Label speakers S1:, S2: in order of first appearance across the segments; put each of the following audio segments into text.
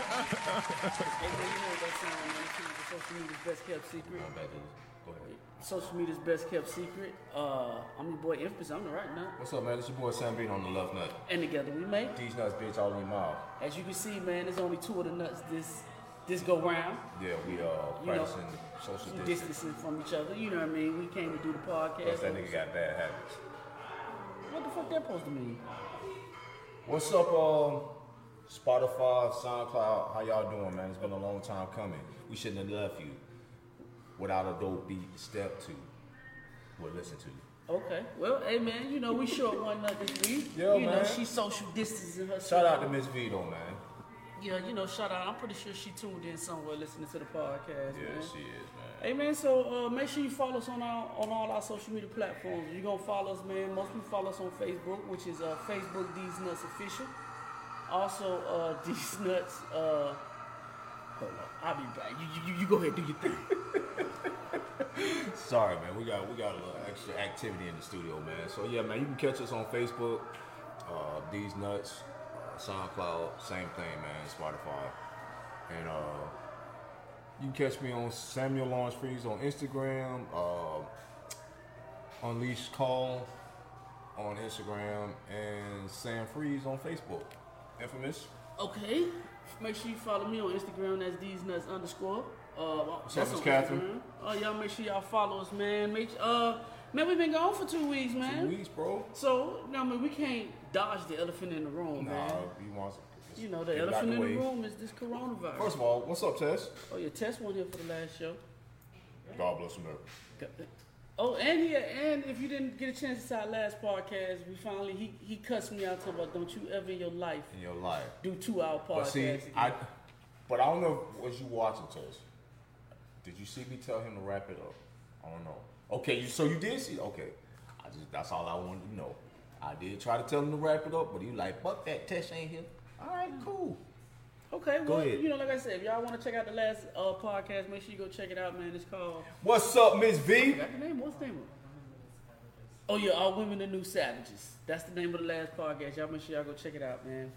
S1: Hey, well, you know that song, man. It's the Social media's best kept secret.
S2: My bad, dude. Go ahead.
S1: Social media's best kept secret. Uh, I'm your boy Infamous. I'm the right nut,
S2: What's up, man? It's your boy Sam Bean on the Love Nut.
S1: and together we make.
S2: These nuts, bitch, all in your mouth.
S1: As you can see, man, there's only two of the nuts this this go round.
S2: Yeah, we
S1: You
S2: uh,
S1: know,
S2: practicing social distancing.
S1: Distancing from each other. You know what I mean? We came to do the
S2: Plus,
S1: podcast.
S2: that nigga got bad habits.
S1: What the fuck that supposed to mean?
S2: What's up, um, Spotify, SoundCloud? How y'all doing, man? It's been a long time coming. We shouldn't have left you without a dope beat to step to. Well, listen to
S1: Okay. Well, hey man, you know we short one nut this week.
S2: Yeah,
S1: you know
S2: man.
S1: she social distancing herself.
S2: Shout out to Miss Vito, man.
S1: Yeah, you know, shout out. I'm pretty sure she tuned in somewhere listening to the podcast,
S2: Yeah,
S1: man.
S2: she is, man.
S1: Hey man, so uh, make sure you follow us on our on all our social media platforms. You gonna follow us, man. Most people follow us on Facebook, which is uh, Facebook These Nuts Official. Also, uh, These Nuts. Uh, hold on, I'll be back. You, you- you, you go ahead, do your thing.
S2: Sorry, man. We got we got a little extra activity in the studio, man. So yeah, man, you can catch us on Facebook, uh, These Nuts, uh, SoundCloud, same thing, man. Spotify, and uh, you can catch me on Samuel Lawrence Freeze on Instagram, uh, Unleashed Call on Instagram, and Sam Freeze on Facebook. Infamous.
S1: Okay, make sure you follow me on Instagram. That's These Nuts underscore. Uh, that's
S2: Miss
S1: on
S2: Catherine?
S1: Instagram. Oh y'all, make sure y'all follow us, man. Make uh, man, we've been gone for two weeks, man.
S2: Two weeks, bro.
S1: So, no, I mean, we can't dodge the elephant in the room,
S2: Nah,
S1: man.
S2: you want
S1: You know, the
S2: get it out
S1: elephant in
S2: way.
S1: the room is this coronavirus.
S2: First of all, what's up, Tess?
S1: oh, your test one here for the last show.
S2: God bless America.
S1: Oh, and yeah, and if you didn't get a chance to see our last podcast, we finally he he cussed me out talking about don't you ever in your life
S2: In your life.
S1: do two hour podcasts.
S2: But see, I, but I don't know was you watching Tess. Did you see me tell him to wrap it up? I don't know. Okay, you so you did see. Okay, I just that's all I wanted to know. I did try to tell him to wrap it up, but he like, fuck that Tess ain't here. All right, cool.
S1: okay, well,
S2: ahead.
S1: you know, like I said, if y'all want to check out the last uh, podcast, make sure you go check it out, man. It's called
S2: What's up, Miss V?
S1: Got the name? What's the name of it? Oh yeah, All Women Are New Savages. That's the name of the last podcast. Y'all make sure y'all go check it out, man.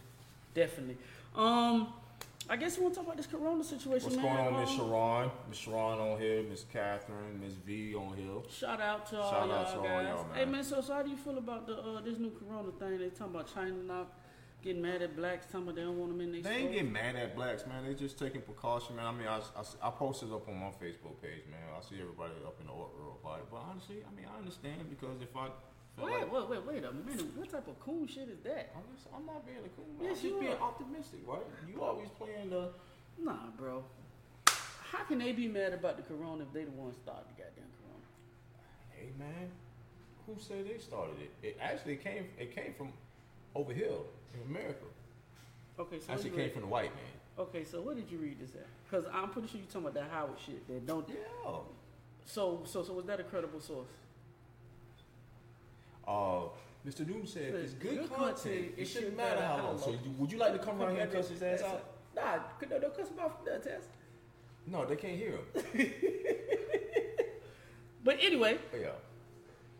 S1: Definitely. Um, I guess we want to talk about this corona situation,
S2: What's
S1: man.
S2: going on,
S1: Um,
S2: Miss Sharon? Miss Sharon on here, Miss Catherine, Miss V on here.
S1: Shout out to all
S2: Shout
S1: y'all
S2: out to all
S1: guys.
S2: y'all, man.
S1: Hey man, so, so how do you feel about the uh, this new corona thing? They talking about China now getting mad at blacks, talking about they don't want them in their
S2: They
S1: store.
S2: ain't getting mad at blacks, man. They just taking precaution, man. I mean, I, I, I posted up on my Facebook page, man. I see everybody up in the uproar about it, but honestly, I mean, I understand because if I felt
S1: wait,
S2: like
S1: wait, wait, wait a minute. What type of cool shit is that?
S2: I'm, just, I'm not being a cool, man.
S1: Yes,
S2: I'm
S1: you
S2: just being
S1: are.
S2: optimistic, right? You always playing the
S1: Nah, bro. How can they be mad about the corona if they the ones started the goddamn corona?
S2: hey, man. Who said they started it? It actually came. It came from over here in America.
S1: Okay, so
S2: Actually,
S1: what you
S2: came
S1: read-
S2: from the white man.
S1: Okay, so what did you read this at? Because I'm pretty sure you talking about that Howard shit. That don't.
S2: Yeah.
S1: So so so was that a credible source?
S2: Uh, Mr. Doom said,
S1: Said,
S2: "It's good,
S1: "Good
S2: content.
S1: content.
S2: It shouldn't matter how long." So, you, would you like to come around here and cuss his ass out?
S1: Nah, could no, no cuss him out from that test.
S2: No, they can't hear him.
S1: But anyway,
S2: But yeah.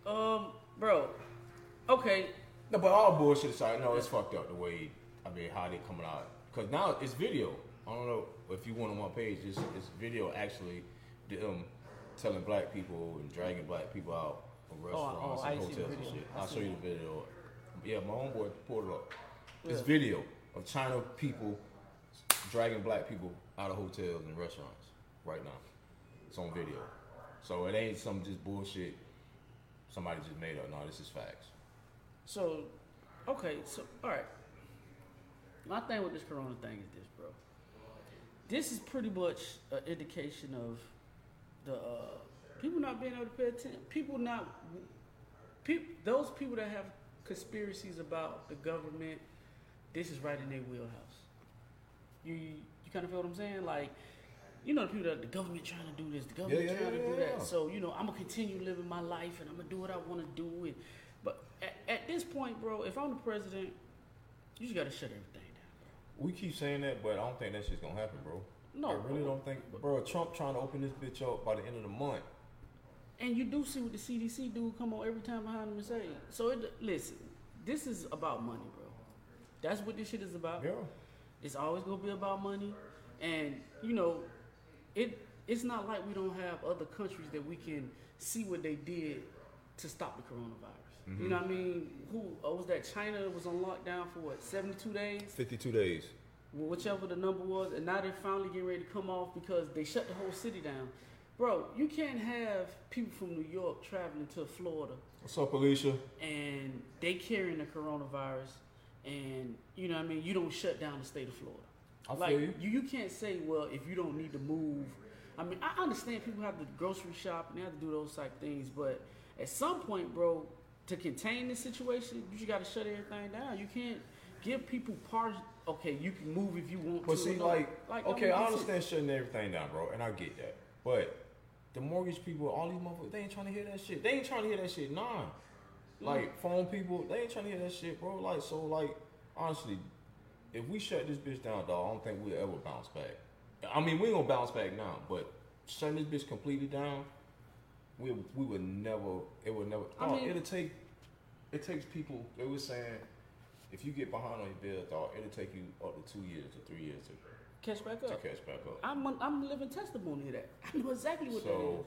S1: um, bro, okay,
S2: No, but all bullshit aside, no, it's fucked up the way I mean how they coming out because now it's video. I don't know if you went on my page, it's, it's video actually them telling black people and dragging black people out from restaurants
S1: oh, I
S2: and
S1: see the
S2: hotels and
S1: video.
S2: shit.
S1: I
S2: I'll
S1: see
S2: show you the video. Yeah, my homeboy pulled it up. It's
S1: Yeah.
S2: video of China people dragging black people out of hotels and restaurants right now. It's on video, so it ain't some just bullshit somebody just made up. No, this is facts.
S1: so, okay, so all right. My thing with this Corona thing is this, bro. This is pretty much an indication of the uh, people not being able to pay attention. People not, peop, those people that have conspiracies about the government. This is right in their wheelhouse. You you kind of feel what I'm saying? Like, you know, the people that the government trying to do this, the government
S2: Yeah, yeah,
S1: trying
S2: yeah,
S1: to do
S2: yeah,
S1: that.
S2: yeah.
S1: So you know, I'm gonna continue living my life and I'm gonna do what I want to do. And but at, at this point, bro, if I'm the president, you just gotta shut everything down.
S2: We keep saying that, but I don't think that shit's gonna happen, bro.
S1: No,
S2: I really don't think, bro. Trump trying to open this bitch up by the end of the month.
S1: And you do see what the CDC dude come on every time behind him and say. So it, listen, this is about money, bro. That's what this shit is about.
S2: Yeah,
S1: It's always gonna be about money, and you know, it it's not like we don't have other countries that we can see what they did to stop the coronavirus. You know what I mean? Who oh, was that? China was on lockdown for what seventy two days.
S2: 52 days.
S1: Well, whichever the number was, and now they're finally getting ready to come off because they shut the whole city down. Bro, you can't have people from New York traveling to Florida
S2: What's up, Alicia?
S1: and they carrying the coronavirus, and you know what I mean. You don't shut down the state of Florida.
S2: I
S1: like
S2: feel you.
S1: you, can't say, well, if you don't need to move. I mean, I understand people have to grocery shop and they have to do those type things, but at some point, bro, to contain this situation, you just got to shut everything down. You can't give people part. Okay, you can move if you want
S2: But
S1: to.
S2: see,
S1: no,
S2: like,
S1: don't
S2: okay, I
S1: get it.
S2: understand shutting everything down, bro, and I get that. But the mortgage people, all these motherfuckers, they ain't trying to hear that shit. They ain't trying to hear that shit.
S1: Mm.
S2: Nah. Like phone people, they ain't trying to hear that shit, bro. Like so, like honestly, if we shut this bitch down, dog, I don't think we'll ever bounce back. I mean, we ain't gonna bounce back now, but shutting this bitch completely down, we we would never. It would never.
S1: I
S2: dog,
S1: mean-
S2: it'll take. It takes people. They were saying, if you get behind on your bill, dog, it'll take you up to two years or three years to
S1: Catch back
S2: to
S1: up.
S2: catch back up.
S1: I'm a, I'm living testimony of that. I know exactly what that is.
S2: So,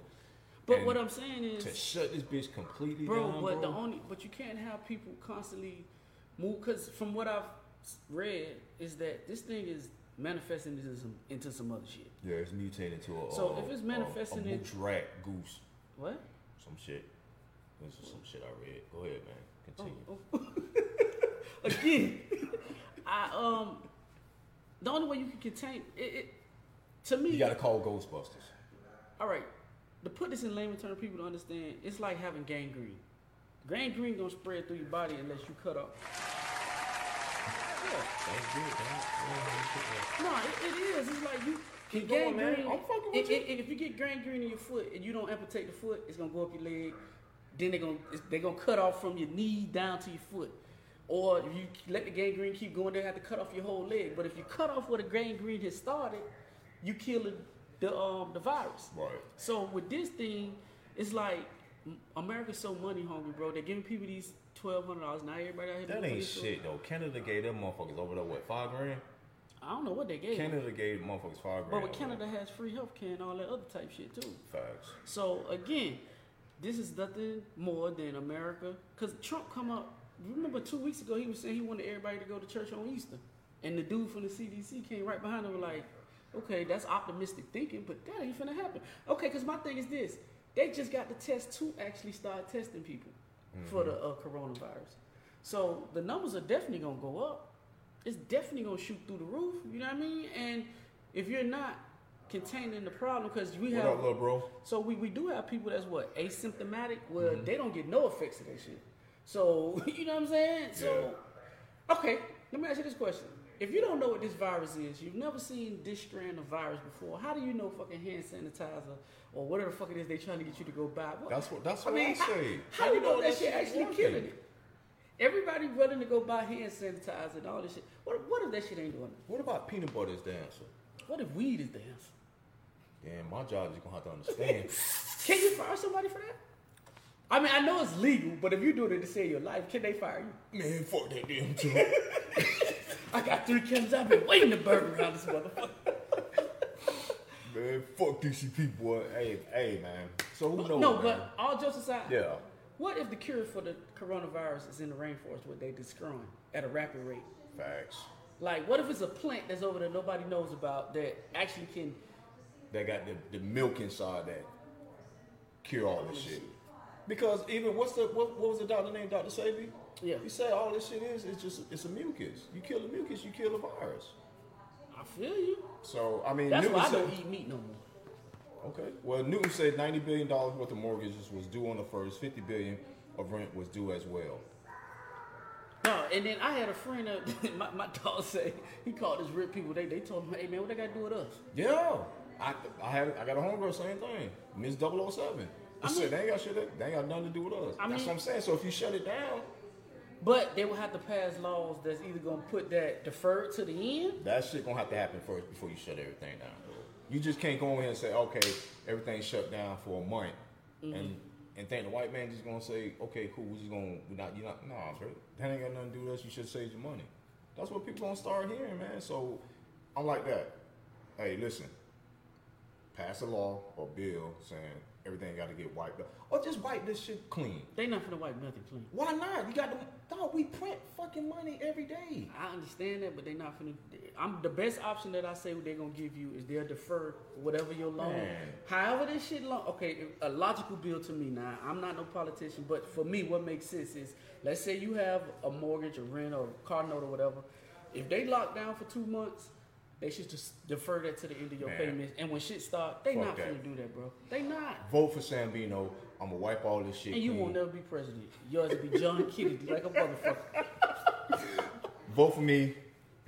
S1: But
S2: and
S1: what I'm saying is,
S2: to shut this bitch completely
S1: bro.
S2: down,
S1: but
S2: bro.
S1: the only but you can't have people constantly move because from what I've s- read is that this thing is manifesting into some into some other shit.
S2: yeah, it's mutating to a
S1: So
S2: a-
S1: if it's
S2: a-
S1: manifesting
S2: a,
S1: in-
S2: moose rat goose,
S1: What?
S2: some shit. This is some shit I read. Go ahead, man.
S1: Oh,
S2: Continue.
S1: oh. Again, I um, the only way you can contain it, it to me.
S2: You gotta call Ghostbusters.
S1: all right, to put this in layman terms, people to understand, it's like having gangrene. Gangrene gonna spread through your body unless you cut off. Yeah.
S2: That's good, man. Yeah,
S1: No, it, it is. It's like you get
S2: Keep going, man.
S1: gangrene-
S2: I'm fucking with
S1: if,
S2: you.
S1: If, if you get gangrene in your foot and you don't amputate the foot, it's gonna go up your leg. Then they're gonna it's- they gonna cut off from your knee down to your foot. Or if you let the gangrene keep going, they have to cut off your whole leg. But if you cut off where the gangrene has started, you killing the um the virus.
S2: Right.
S1: So with this thing, it's like m- America's so money hungry, bro. They're giving people these twelve hundred dollars. Now everybody out here
S2: That
S1: doing
S2: ain't
S1: this stuff.
S2: shit though. Canada gave them motherfuckers over there what five grand?
S1: I don't know what they gave.
S2: Canada gave motherfuckers five grand.
S1: But
S2: over
S1: but
S2: there.
S1: Canada has free healthcare and all that other type shit too.
S2: facts.
S1: So again, this is nothing more than America. Cause Trump come up. Remember two weeks ago he was saying he wanted everybody to go to church on Easter, and the dude from the CDC came right behind him and like, okay, that's optimistic thinking, but that ain't finna happen. Okay, cause my thing is this: they just got the test to actually start testing people for the uh,
S2: Mm-hmm.
S1: coronavirus. So the numbers are definitely gonna go up. It's definitely gonna shoot through the roof. You know what I mean? And if you're not containing the problem, because we
S2: What
S1: have
S2: up, little bro?
S1: so we, we do have people that's what asymptomatic. Well, they don't get no effects of that shit. So you know what I'm saying. So okay, let me ask you this question: If you don't know what this virus is, you've never seen this strand of virus before. How do you know fucking hand sanitizer or whatever the fuck it is they trying to get you to go buy? What,
S2: That's what. That's
S1: I
S2: what I,
S1: mean, how,
S2: say.
S1: how do you know that shit
S2: shit's
S1: actually
S2: working?
S1: killing it? Everybody running to go buy hand sanitizer and all this shit. What what if that shit ain't doing it?
S2: What about peanut butter is the answer?
S1: What if weed is the answer?
S2: Damn, my job is gonna have to understand.
S1: Can you fire somebody for that? I mean, I know it's legal, but if you do it to save your life, can they fire you?
S2: Man, fuck that damn job.
S1: I got three kids. I've been waiting to burn around this motherfucker.
S2: Man, fuck DCP boy. Hey, hey, man. So who knows?
S1: no,
S2: man?
S1: but all jokes aside,
S2: yeah,
S1: what if the cure for the coronavirus is in the rainforest where they destroying at a rapid rate?
S2: facts.
S1: Like, what if it's a plant that's over there nobody knows about that actually can?
S2: They got the, the milk inside that cure all this shit. Because even what's the what, what was the doctor name? Doctor Sabi.
S1: Yeah.
S2: He said all this shit is it's just it's a mucus. You kill the mucus, you kill the virus.
S1: I feel you.
S2: So I mean,
S1: That's
S2: Newton
S1: why I
S2: said,
S1: don't eat meat no more.
S2: Okay. Well, Newton said ninety billion dollars worth of mortgages was due on the first. Fifty billion of rent was due as well.
S1: No, and then I had a friend that my, my dog say he called his rich people. They they told him, hey man, what they got to do with us?
S2: Yeah, I, I had I got a homegirl, same thing. Miss 007. I
S1: I
S2: said
S1: mean-
S2: they ain't got shit. that- They ain't got nothing to do with us.
S1: I
S2: That's
S1: mean-
S2: what I'm saying. So if you shut it down,
S1: But they will have to pass laws that's either gonna put that deferred to the end.
S2: that shit gonna have to happen first before you shut everything down. You just can't go in here and say, okay, everything's shut down for a month, and and think the white man just gonna say, okay, cool, we just gonna we not you not nah, bro. That ain't got nothing to do with us. You should save your money. That's what people gonna start hearing, man. So I'm like that. Hey, listen. Pass a law or bill saying everything got to get wiped up, or just wipe this shit clean.
S1: They not finna wipe nothing clean.
S2: Why not? You got the dog. We print fucking money every day.
S1: I understand that, but they not finna. I'm the best option that I say they're gonna give you is they'll defer whatever your loan.
S2: Man.
S1: However, this shit long. Okay, a logical bill to me now. I'm not no politician, but for me, what makes sense is let's say you have a mortgage, a rent, or a car note, or whatever. If they lock down for two months, they should just defer that to the end of your
S2: Man.
S1: payments. And when shit start, they
S2: Fuck
S1: not
S2: that.
S1: finna do that, bro. They not.
S2: Vote for Sambino. I'm gonna wipe all this shit.
S1: And you
S2: clean.
S1: won't never be president. Yours will be John Kennedy, like a motherfucker.
S2: Vote for me. And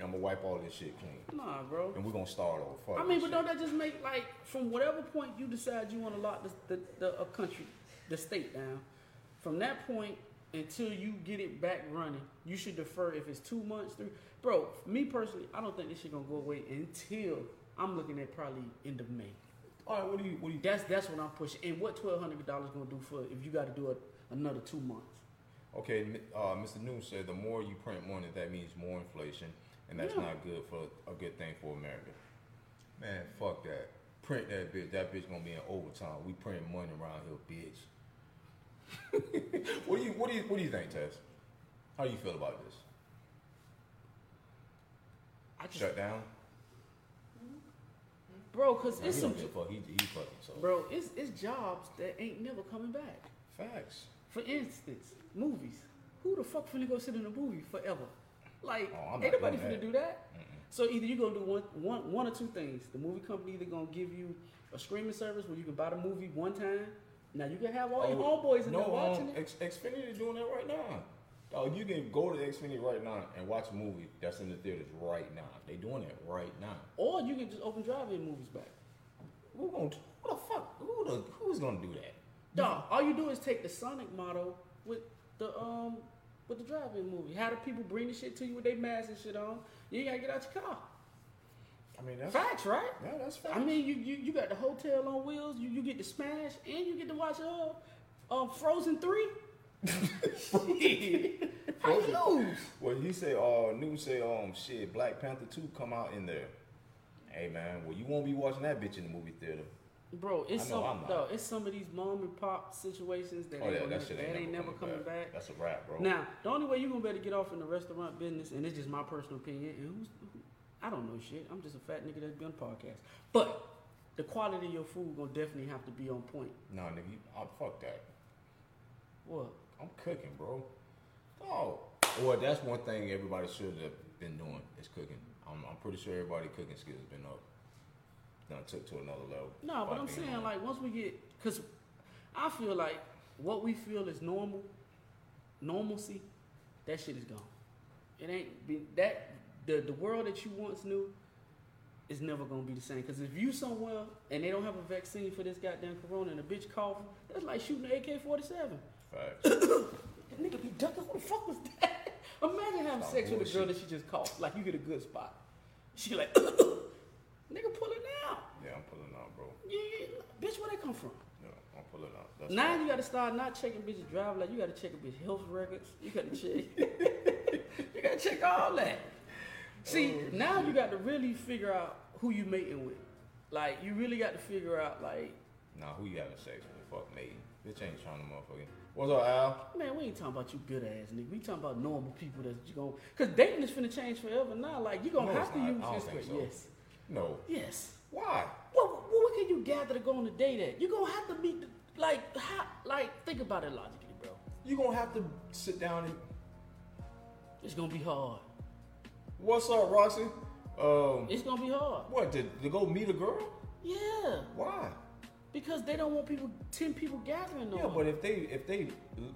S2: I'm gonna wipe all this shit clean.
S1: Nah, bro.
S2: And we're gonna start over. Fuck
S1: I mean,
S2: this
S1: but
S2: shit.
S1: don't that just make like from whatever point you decide you want to lock the the, the a country, the state down, from that point until you get it back running, you should defer if it's two months, three. Bro, me personally, I don't think this shit gonna go away until I'm looking at probably end of May.
S2: All right. What do you? What do you?
S1: That's that's what I'm pushing. And what twelve hundred dollars gonna do for if you got to do it another two months?
S2: Okay, m- uh, Mr. Noon said the more you print money, that means more inflation, and that's
S1: Yeah.
S2: not good for a good thing for America. Man, fuck that. Print that bitch. That bitch gonna be in overtime. We print money around here, bitch. what do you what do you what do you think, Tess? How do you feel about this?
S1: I just,
S2: Shut down?
S1: bro, cause
S2: Nah,
S1: it's
S2: he
S1: some
S2: don't give a fuck. He, he fucking so.
S1: bro, it's it's jobs that ain't never coming back.
S2: Facts.
S1: For instance, movies. Who the fuck finna go sit in a movie forever? Like,
S2: Oh, I'm not
S1: ain't nobody
S2: doing
S1: finna
S2: that.
S1: do that. So either you're gonna do one, one, one or two things. The movie company either gonna give you a streaming service where you can buy the movie one time. Now you can have all your homeboys in
S2: no,
S1: there watching
S2: um,
S1: it.
S2: X, Xfinity doing that right now. Dog, you can go to Xfinity right now and watch a movie that's in the theaters right now. They doing it right now.
S1: Or you can just open drive-in movies back.
S2: Who gonna? Who the fuck? Who the? Who's gonna do that?
S1: Dog, all you do is take the Sonic model with the um with the drive-in movie. How do people bring the shit to you with their masks and shit on? You ain't gotta get out your car.
S2: I mean, that's
S1: Facts, right?
S2: yeah, that's fact.
S1: I mean, you, you, you got the hotel on wheels. You, you get to smash, and you get to watch uh, uh Frozen three. Shit. How you lose?
S2: well, he say, uh, Newton say, um, shit, Black Panther two come out in there. Hey man, well you won't be watching that bitch in the movie theater.
S1: Bro, it's
S2: I know
S1: some
S2: I'm not.
S1: no, it's some of these mom and pop situations that
S2: Oh
S1: ain't,
S2: yeah,
S1: gonna-
S2: that shit ain't, never, coming back. That's a wrap, bro.
S1: Now, the only way you're gonna better get off in the restaurant business, and it's just my personal opinion, and who's who, I don't know shit. I'm just a fat nigga that's been on podcast. But the quality of your food gonna definitely have to be on point.
S2: No, nigga, you, oh, fuck that.
S1: What?
S2: I'm cooking, bro. Oh, well, that's one thing everybody should have been doing is cooking. I'm, I'm pretty sure everybody cooking skills been up. Now took to another level.
S1: No, but
S2: by
S1: I'm
S2: being
S1: saying
S2: on-
S1: like once we get, cause I feel like what we feel is normal, normalcy, that shit is gone. It ain't been that the the world that you once knew is never gonna be the same. Cause if you somewhere and they don't have a vaccine for this goddamn corona and a bitch cough, that's like shooting an AK-47.
S2: Facts.
S1: That nigga be ducking. Who the fuck was that? Imagine having
S2: Some
S1: sex with a girl
S2: bullshit.
S1: that she just coughed. Like you get a good spot. She like, nigga, pull it out.
S2: yeah, I'm pulling out, bro.
S1: Yeah, yeah. bitch, where they come from?
S2: Yeah, I'm pulling out. That's
S1: Now
S2: all.
S1: you gotta start not checking bitches drive like you gotta check a bitch health records. You gotta check. you gotta check all that. See,
S2: Oh,
S1: now you got to really figure out who you mating with. Like you really got to figure out like,
S2: Nah, who you having sex with? Fuck me. Bitch ain't trying to motherfucking. What's up, Al?
S1: man, we ain't talking about you bitter ass nigga. We talking about normal people that's you gonna cause dating is finna change forever now. Like you gonna
S2: No,
S1: have
S2: it's
S1: to
S2: not.
S1: use
S2: I don't
S1: this
S2: think
S1: way.
S2: so.
S1: Yes.
S2: No.
S1: Yes.
S2: Why?
S1: What, what, what can you gather to go on a date at? you gonna have to meet the, like how, like think about it logically, bro.
S2: You gonna have to sit down and.
S1: It's gonna be hard.
S2: What's up, Roxy? Um,
S1: It's gonna be hard.
S2: what to, to go meet a girl?
S1: Yeah.
S2: Why?
S1: Because they don't want people, ten people gathering. No
S2: Yeah,
S1: more.
S2: but if they if they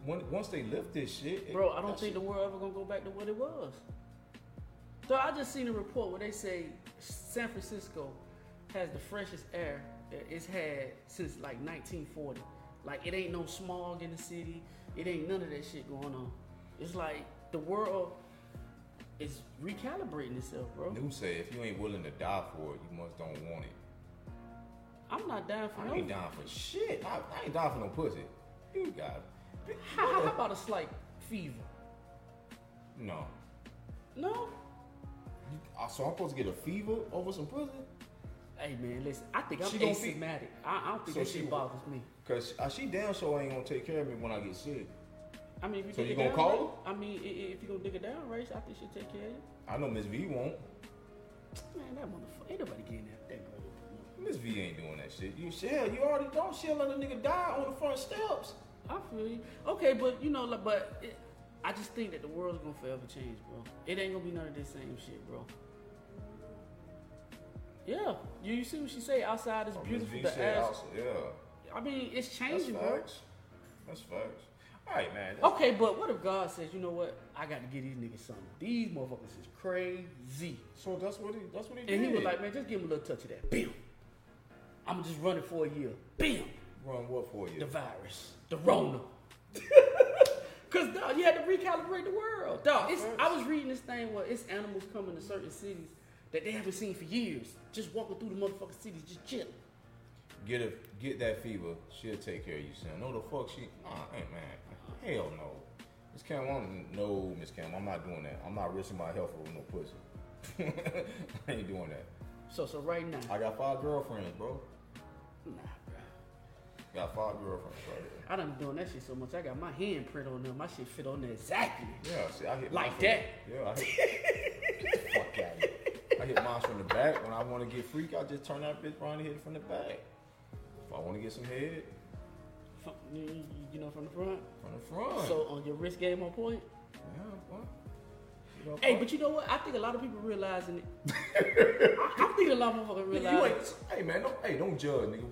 S2: when, once they lift this shit, it-
S1: bro, I don't
S2: that
S1: think the
S2: shit-
S1: world ever gonna go back to what it was. So I just seen a report where they say San Francisco has the freshest air that it's had since like 1940. Like it ain't no smog in the city. It ain't none of that shit going on. It's like the world is recalibrating itself, bro.
S2: New say if you ain't willing to die for it, you must don't want it.
S1: I'm not dying for
S2: I ain't
S1: no.
S2: down for shit. I, I ain't down for no pussy. You got it.
S1: How, how about a slight fever?
S2: No.
S1: No.
S2: I- So I'm supposed to get a fever over some pussy?
S1: Hey man, listen. I think I'm
S2: She gonna be-
S1: asymptomatic. I, I don't think
S2: So
S1: that
S2: she
S1: shit
S2: will-
S1: bothers me.
S2: Cause uh, she damn sure ain't gonna take care of me when I get sick.
S1: I mean, if you
S2: So
S1: dig
S2: you
S1: it
S2: gonna
S1: down,
S2: call
S1: Ray- I mean, i- i- if you gonna dig it down, race, I think she'll take care of you.
S2: I know Miss V won't.
S1: Man, that motherfucker. Ain't nobody getting that that girl.
S2: Miss V ain't doing that shit. You shell, you already don't shell let a nigga die on the front steps.
S1: I feel you. Okay, but you know, like, but it, I just think that the world's gonna forever change, bro. It ain't gonna be none of this same shit, bro. Yeah, you, you see what she say? Outside is
S2: Oh, Miss
S1: beautiful.
S2: V
S1: The
S2: said
S1: ass.
S2: outside- Yeah.
S1: I mean, it's
S2: That's
S1: changing, bro.
S2: facts. That's facts. All right, man. That's,
S1: Okay, but what if God says, you know what? I got to give these niggas something. These motherfuckers is crazy.
S2: So that's what he. That's what he did.
S1: And he was like, man, just give him a little touch of that. Bam. I'm just running for a year. Bam.
S2: "Run what for you?"
S1: The virus. The Rona. Cause dog, you had to recalibrate the world. Dog, it's, I was reading this thing where it's animals coming to certain cities that they haven't seen for years. Just walking through the motherfucking cities, just chilling.
S2: Get a get that fever. She'll take care of you, son. No, the fuck she. Nah, hey man, hell no. Miss Cam, I'm, no, Miss Cam, I'm not doing that. I'm not risking my health with no pussy. I ain't doing that.
S1: So so right now.
S2: I got five girlfriends, bro.
S1: Nah, bro.
S2: Got five girlfriends right there.
S1: I done been doing that shit so much. I got my handprint on them. My shit fit on there exactly.
S2: Yeah, see, I hit
S1: Like
S2: mine
S1: that?
S2: From, yeah, I hit. fuck out I hit mine from the back. When I want to get freak, I just turn that bitch around and hit it from the back. If I want to get some head,
S1: From, you, you know, from the front.
S2: from the front.
S1: So on your wrist game on point.
S2: yeah, what? You know,
S1: Hey,
S2: fuck.
S1: but you know what? I think a lot of people realizing it. I, I think a lot of motherfuckers
S2: Nigga,
S1: realize.
S2: you ain't, hey man, don't, hey, don't judge, nigga.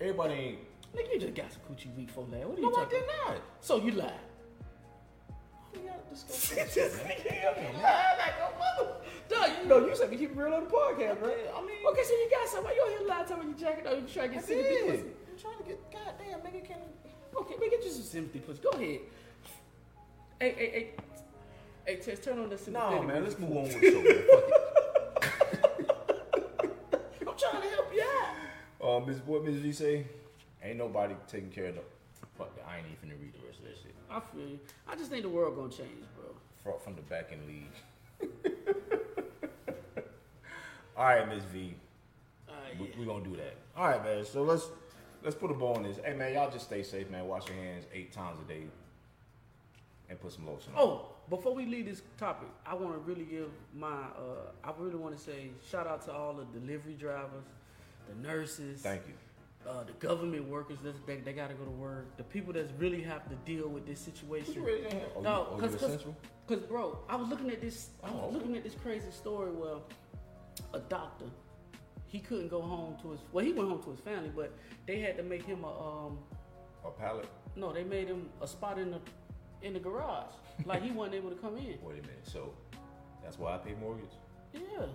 S2: Everybody ain't.
S1: Nigga, you just got some coochie weak for that. What are you
S2: No, I
S1: talking?
S2: did not.
S1: So you lied.
S2: We gotta discuss
S1: Just
S2: this, man. Yeah,
S1: Duh, you know you said we keep it real on the podcast, right?
S2: I mean,
S1: Okay, so you got somebody. You out here lying, talking about you jacking up, you trying to
S2: I
S1: get
S2: did.
S1: sympathy pussy.
S2: I'm trying to get. Goddamn, nigga, can.
S1: Okay, we get you some sympathy pussy. Go ahead. Hey, hey, hey, hey, Tess, turn on the sympathy.
S2: No, man, let's move on with the show. Man. Fuck it.
S1: I'm trying to help you out.
S2: Uh, Miss, what Miss G say? Ain't nobody taking care of the. Fuck that. I ain't even finna read the rest of that shit.
S1: I feel you. I just think the world gonna change, bro.
S2: Fro- from the back end league. All right, Miss V.
S1: Uh,
S2: We,
S1: yeah.
S2: we gonna do that. All right, man. So let's let's put a ball on this. Hey, man, y'all just stay safe, man. Wash your hands eight times a day, and put some lotion on.
S1: Oh, before we leave this topic, I want to really give my, uh, I really want to say shout out to all the delivery drivers, the nurses,
S2: Thank you.
S1: uh, the government workers that they, they got to go to work, the people that really have to deal with this situation.
S2: Oh,
S1: No,
S2: you, oh, you
S1: cause, cause,
S2: essential?
S1: cause, bro, I was looking at this. I was
S2: Oh, okay.
S1: looking at this crazy story where a doctor, he couldn't go home to his. Well, he went home to his family, but they had to make him a. Um,
S2: A pallet?
S1: no, they made him a spot in the in the garage. Like he wasn't able to come in.
S2: Wait a minute. So that's why I pay mortgage.
S1: Yeah,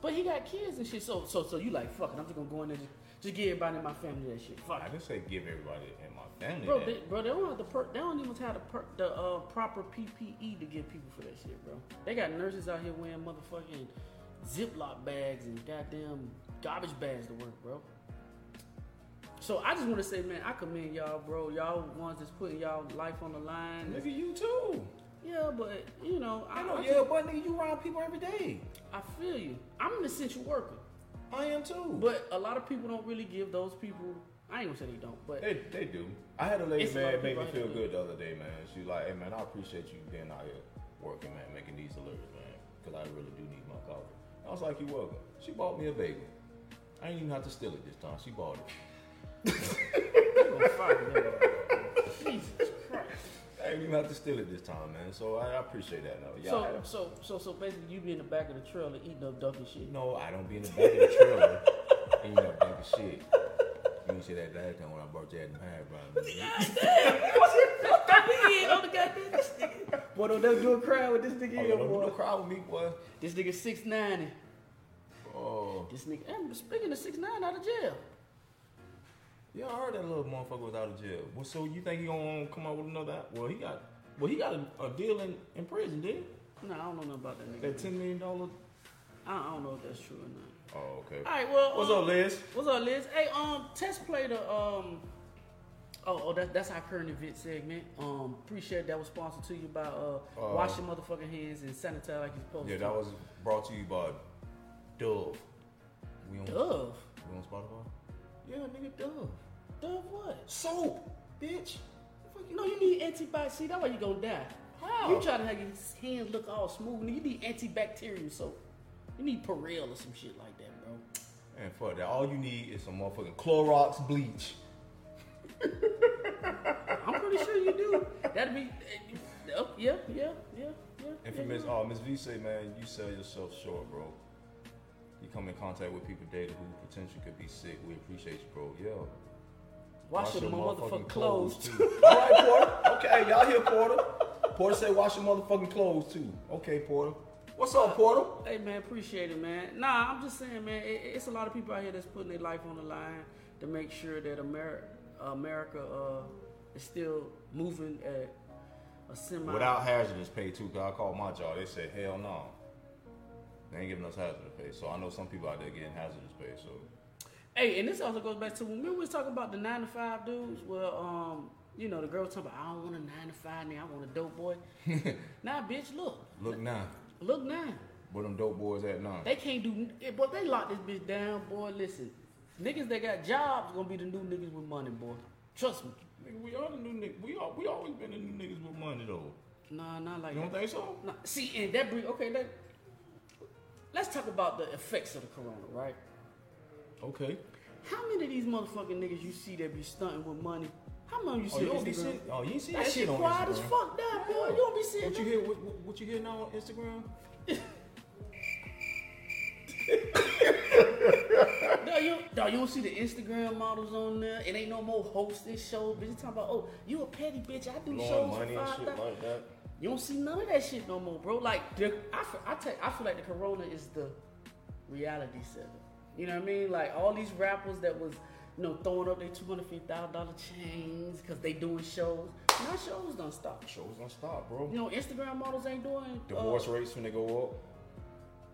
S1: but he got kids and shit. So, so, so you like fuck it? I'm just gonna go in there, just, just give everybody in my family that shit. Fuck
S2: I
S1: it.
S2: can say give everybody in my family
S1: Bro,
S2: that.
S1: they, bro, they don't have the per- they don't even have the, per- the uh, proper PPE to give people for that shit, bro. They got nurses out here wearing motherfucking Ziploc bags and goddamn garbage bags to work, bro. So I just want to say, man, I commend y'all, bro. Y'all ones that's putting y'all life on the line.
S2: Nigga, you too.
S1: Yeah, but you know, I,
S2: I
S1: know.
S2: know,
S1: I,
S2: yeah, but nigga, you around people every day.
S1: I feel you. I'm an essential worker.
S2: I am too.
S1: But a lot of people don't really give those people. I ain't gonna say they don't, but
S2: they, they do. I had a lady,
S1: It's a lot
S2: man,
S1: of
S2: made me
S1: people
S2: feel
S1: out
S2: good the other day, man. She was like, hey, man, I appreciate you being out here working, man, making these alerts, man, because I really do need my coffee. I was like, you welcome. She bought me a bagel. I didn't even have to steal it this time. She bought it.
S1: they gonna fire them. Jesus Christ.
S2: I didn't even have to steal it this time, man. So I, I appreciate that. No, y'all had
S1: So,
S2: a-
S1: so, so, so basically, you be in the back of the trailer eating up duck and shit.
S2: No, I don't be in the back of the trailer. Ain't no back of shit. You didn't see that last time when I brought you out in the pie,
S1: He ain't on the goddamn this nigga. Boy, don't never do a crowd with this nigga
S2: bro.
S1: here,
S2: Oh, don't do
S1: boy.
S2: no cry with me, boy.
S1: This nigga six nine.
S2: Oh,
S1: This nigga, and speaking of six nine out of jail.
S2: yeah, I heard that little motherfucker was out of jail. Well, so you think he gonna come out with another? app? Well, he got, well, he got a, a deal in, in prison, did
S1: No, I don't know nothing about that
S2: he?
S1: nigga.
S2: That ten million dollar.
S1: I I don't know if that's true or not.
S2: Oh, okay.
S1: All right, well,
S2: What's
S1: um,
S2: up, Liz?
S1: What's up, Liz? Hey, um, Tess played a um, Oh, oh that, that's our current event segment. Um, appreciate that was sponsored to you by uh,
S2: Uh,
S1: wash your motherfucking hands and sanitize like you're supposed
S2: Yeah,
S1: to.
S2: that was brought to you by Dove. We on,
S1: Dove.
S2: We on Spotify? Yeah, nigga, Dove.
S1: Dove what?
S2: Soap, bitch. Fuck you
S1: No, you need antibiotics. See, that way you gonna die.
S2: How?
S1: You trying to have your hands look all smooth? nigga. You need antibacterial soap. You need Perel or some shit like that, bro.
S2: Man, fuck that. All you need is some motherfucking Clorox bleach.
S1: I'm pretty sure you do. That'd be. Oh, yeah, yeah, yeah, yeah.
S2: Infamous,
S1: yeah.
S2: oh, Miss V say, man, you sell yourself short, bro. You come in contact with people daily who potentially could be sick. We appreciate you, bro. Yeah.
S1: Wash your motherfucking clothes.
S2: too. All right, Porter. Okay, y'all hear Porter. Porter say, wash your motherfucking clothes, too. Okay, Porter. What's up, Porter?
S1: Hey man, appreciate it, man. Nah, I'm just saying, man, it, it's a lot of people out here that's putting their life on the line to make sure that America, America, uh, is still moving at a semi.
S2: Without hazardous pay too, cause I called my job. They said, hell no. They ain't giving us hazardous pay. So I know some people out there getting hazardous pay, so
S1: Hey, and this also goes back to when we was talking about the nine to five dudes. Well, um, you know, the girl talking about I don't want a nine to five now. I want a dope boy. nah, bitch, look,
S2: look now.
S1: look now.
S2: Where them dope boys at now.
S1: They can't do. eh, Boy, they lock this bitch down, boy. Listen, niggas that got jobs gonna be the new niggas with money, boy. Trust me.
S2: Nigga, we are the new niggas. We are we always been the new niggas with money though.
S1: Nah, not like
S2: You don't
S1: that.
S2: think so?
S1: Nah, see, and that brings okay. Let, let's talk about the effects of the corona, right?
S2: Okay.
S1: How many of these motherfucking niggas you see that be stunting with money? How many you
S2: Oh,
S1: see
S2: you
S1: on
S2: don't be
S1: Instagram?
S2: seeing. Oh, you ain't seen
S1: That shit
S2: on
S1: quiet
S2: Instagram.
S1: as fuck down, boy. You don't be seeing
S2: What you
S1: that.
S2: hear? What, what, what you hear now on Instagram?
S1: No, you, no, you don't see the Instagram models on there. It ain't no more hosting show, bitch. You talking about, oh, you a petty bitch. I do shows for five thousand.
S2: like that.
S1: You don't see none of that shit no more, bro. Like, the, I, fe- I, tell- I feel like the corona is the reality seven. You know what I mean? Like, all these rappers that was, you know, throwing up their $250,000 chains because they doing shows. Now shows don't stop.
S2: Shows don't stop, bro.
S1: You know, Instagram models ain't doing... uh,
S2: Divorce rates when they go up.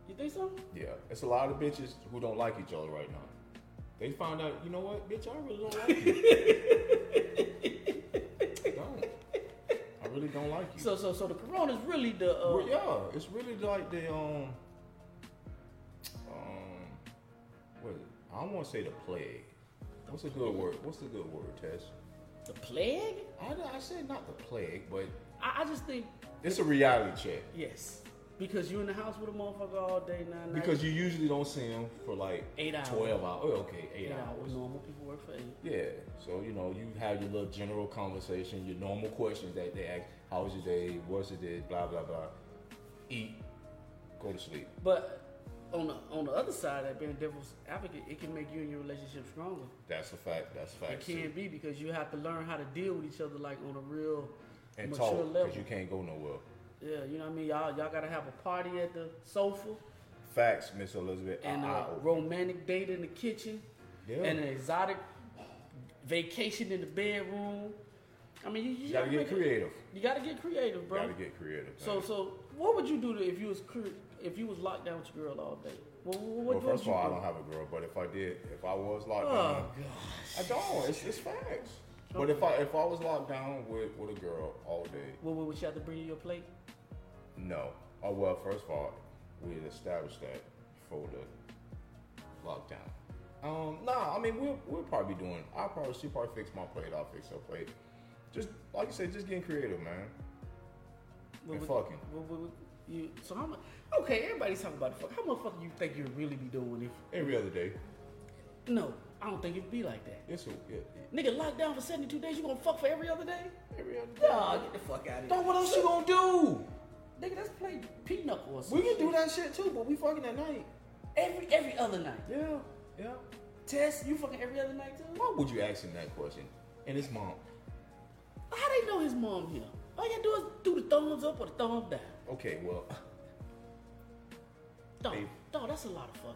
S1: you think so?
S2: Yeah, it's a lot of bitches who don't like each other right now. They find out, you know what, bitch, I really don't like you. I don't. I really don't like you.
S1: So, so, so the corona is really the... Uh,
S2: Well, yeah, it's really like the um, um, what is it? I don't want to say the plague. What's a good word? What's a good word, Tess?
S1: The plague?
S2: I, I said not the plague, but
S1: I, I just think
S2: it's a reality check
S1: yes, because you in the house with a motherfucker all day, nine nights.
S2: because you usually don't see them for like
S1: Eight hours.
S2: twelve hours. Oh, okay, eight,
S1: eight
S2: hours.
S1: hours. Normal people work for eight.
S2: Yeah. So, you know, you have your little general conversation, your normal questions that they ask. How was your day? What's your day? Blah, blah, blah. Eat. Go to sleep.
S1: But on the on the other side, that being a devil's advocate, it can make you and your relationship stronger.
S2: That's a fact. That's a
S1: It
S2: fact.
S1: can
S2: too.
S1: be because you have to learn how to deal with each other like on a real
S2: And
S1: mature
S2: talk
S1: level.
S2: because you can't go nowhere.
S1: yeah, you know what I mean. Y'all y'all gotta have a party at the sofa
S2: Facts, Miss Elizabeth.
S1: and
S2: Uh,
S1: a
S2: uh,
S1: romantic date in the kitchen
S2: Yeah.
S1: and an exotic vacation in the bedroom. I mean, you, you
S2: you gotta get
S1: make it-
S2: creative.
S1: You gotta get creative, bro.
S2: Gotta get creative.
S1: So,
S2: man.
S1: so what would you do to- if you was cur- if you was locked down with your girl all day? What, what,
S2: well,
S1: what
S2: first
S1: would
S2: of
S1: you
S2: all, I
S1: do?
S2: don't have a girl, but if I did, if I was locked down,
S1: oh god.
S2: I don't. It's, it's facts. But if I if I was locked down with, with a girl all day,
S1: What would would you have to bring to your plate?
S2: No. Oh well, first of all, we had established that before the lockdown. Um, nah, I mean we'll we'll probably be doing. I probably she probably fix my plate. I'll fix her plate. Just like you said, just getting creative, man.
S1: What
S2: And
S1: would,
S2: fucking.
S1: What, would- you, so how much? Okay, everybody's talking about the fuck. How much fucking you think you'd really be doing if?
S2: Every other day,
S1: No, I don't think it'd be like that.
S2: it's a, yeah,
S1: Nigga locked down for seventy two days. You gonna fuck for every other day?
S2: every other day.
S1: Nah, get the fuck out of here.
S2: Dog, what else you gonna do?
S1: Nigga, let's play pinochle or
S2: We
S1: something.
S2: can do that shit too, but we fucking at night.
S1: every every other night.
S2: Yeah, yeah.
S1: Tess, you fucking every other night too?
S2: Why would you ask him that question? And his mom.
S1: How they know his mom here? All you gotta do is do the thumbs up or the thumb down.
S2: Okay, well,
S1: Dog,
S2: Hey.
S1: dog, that's a lot of fucking,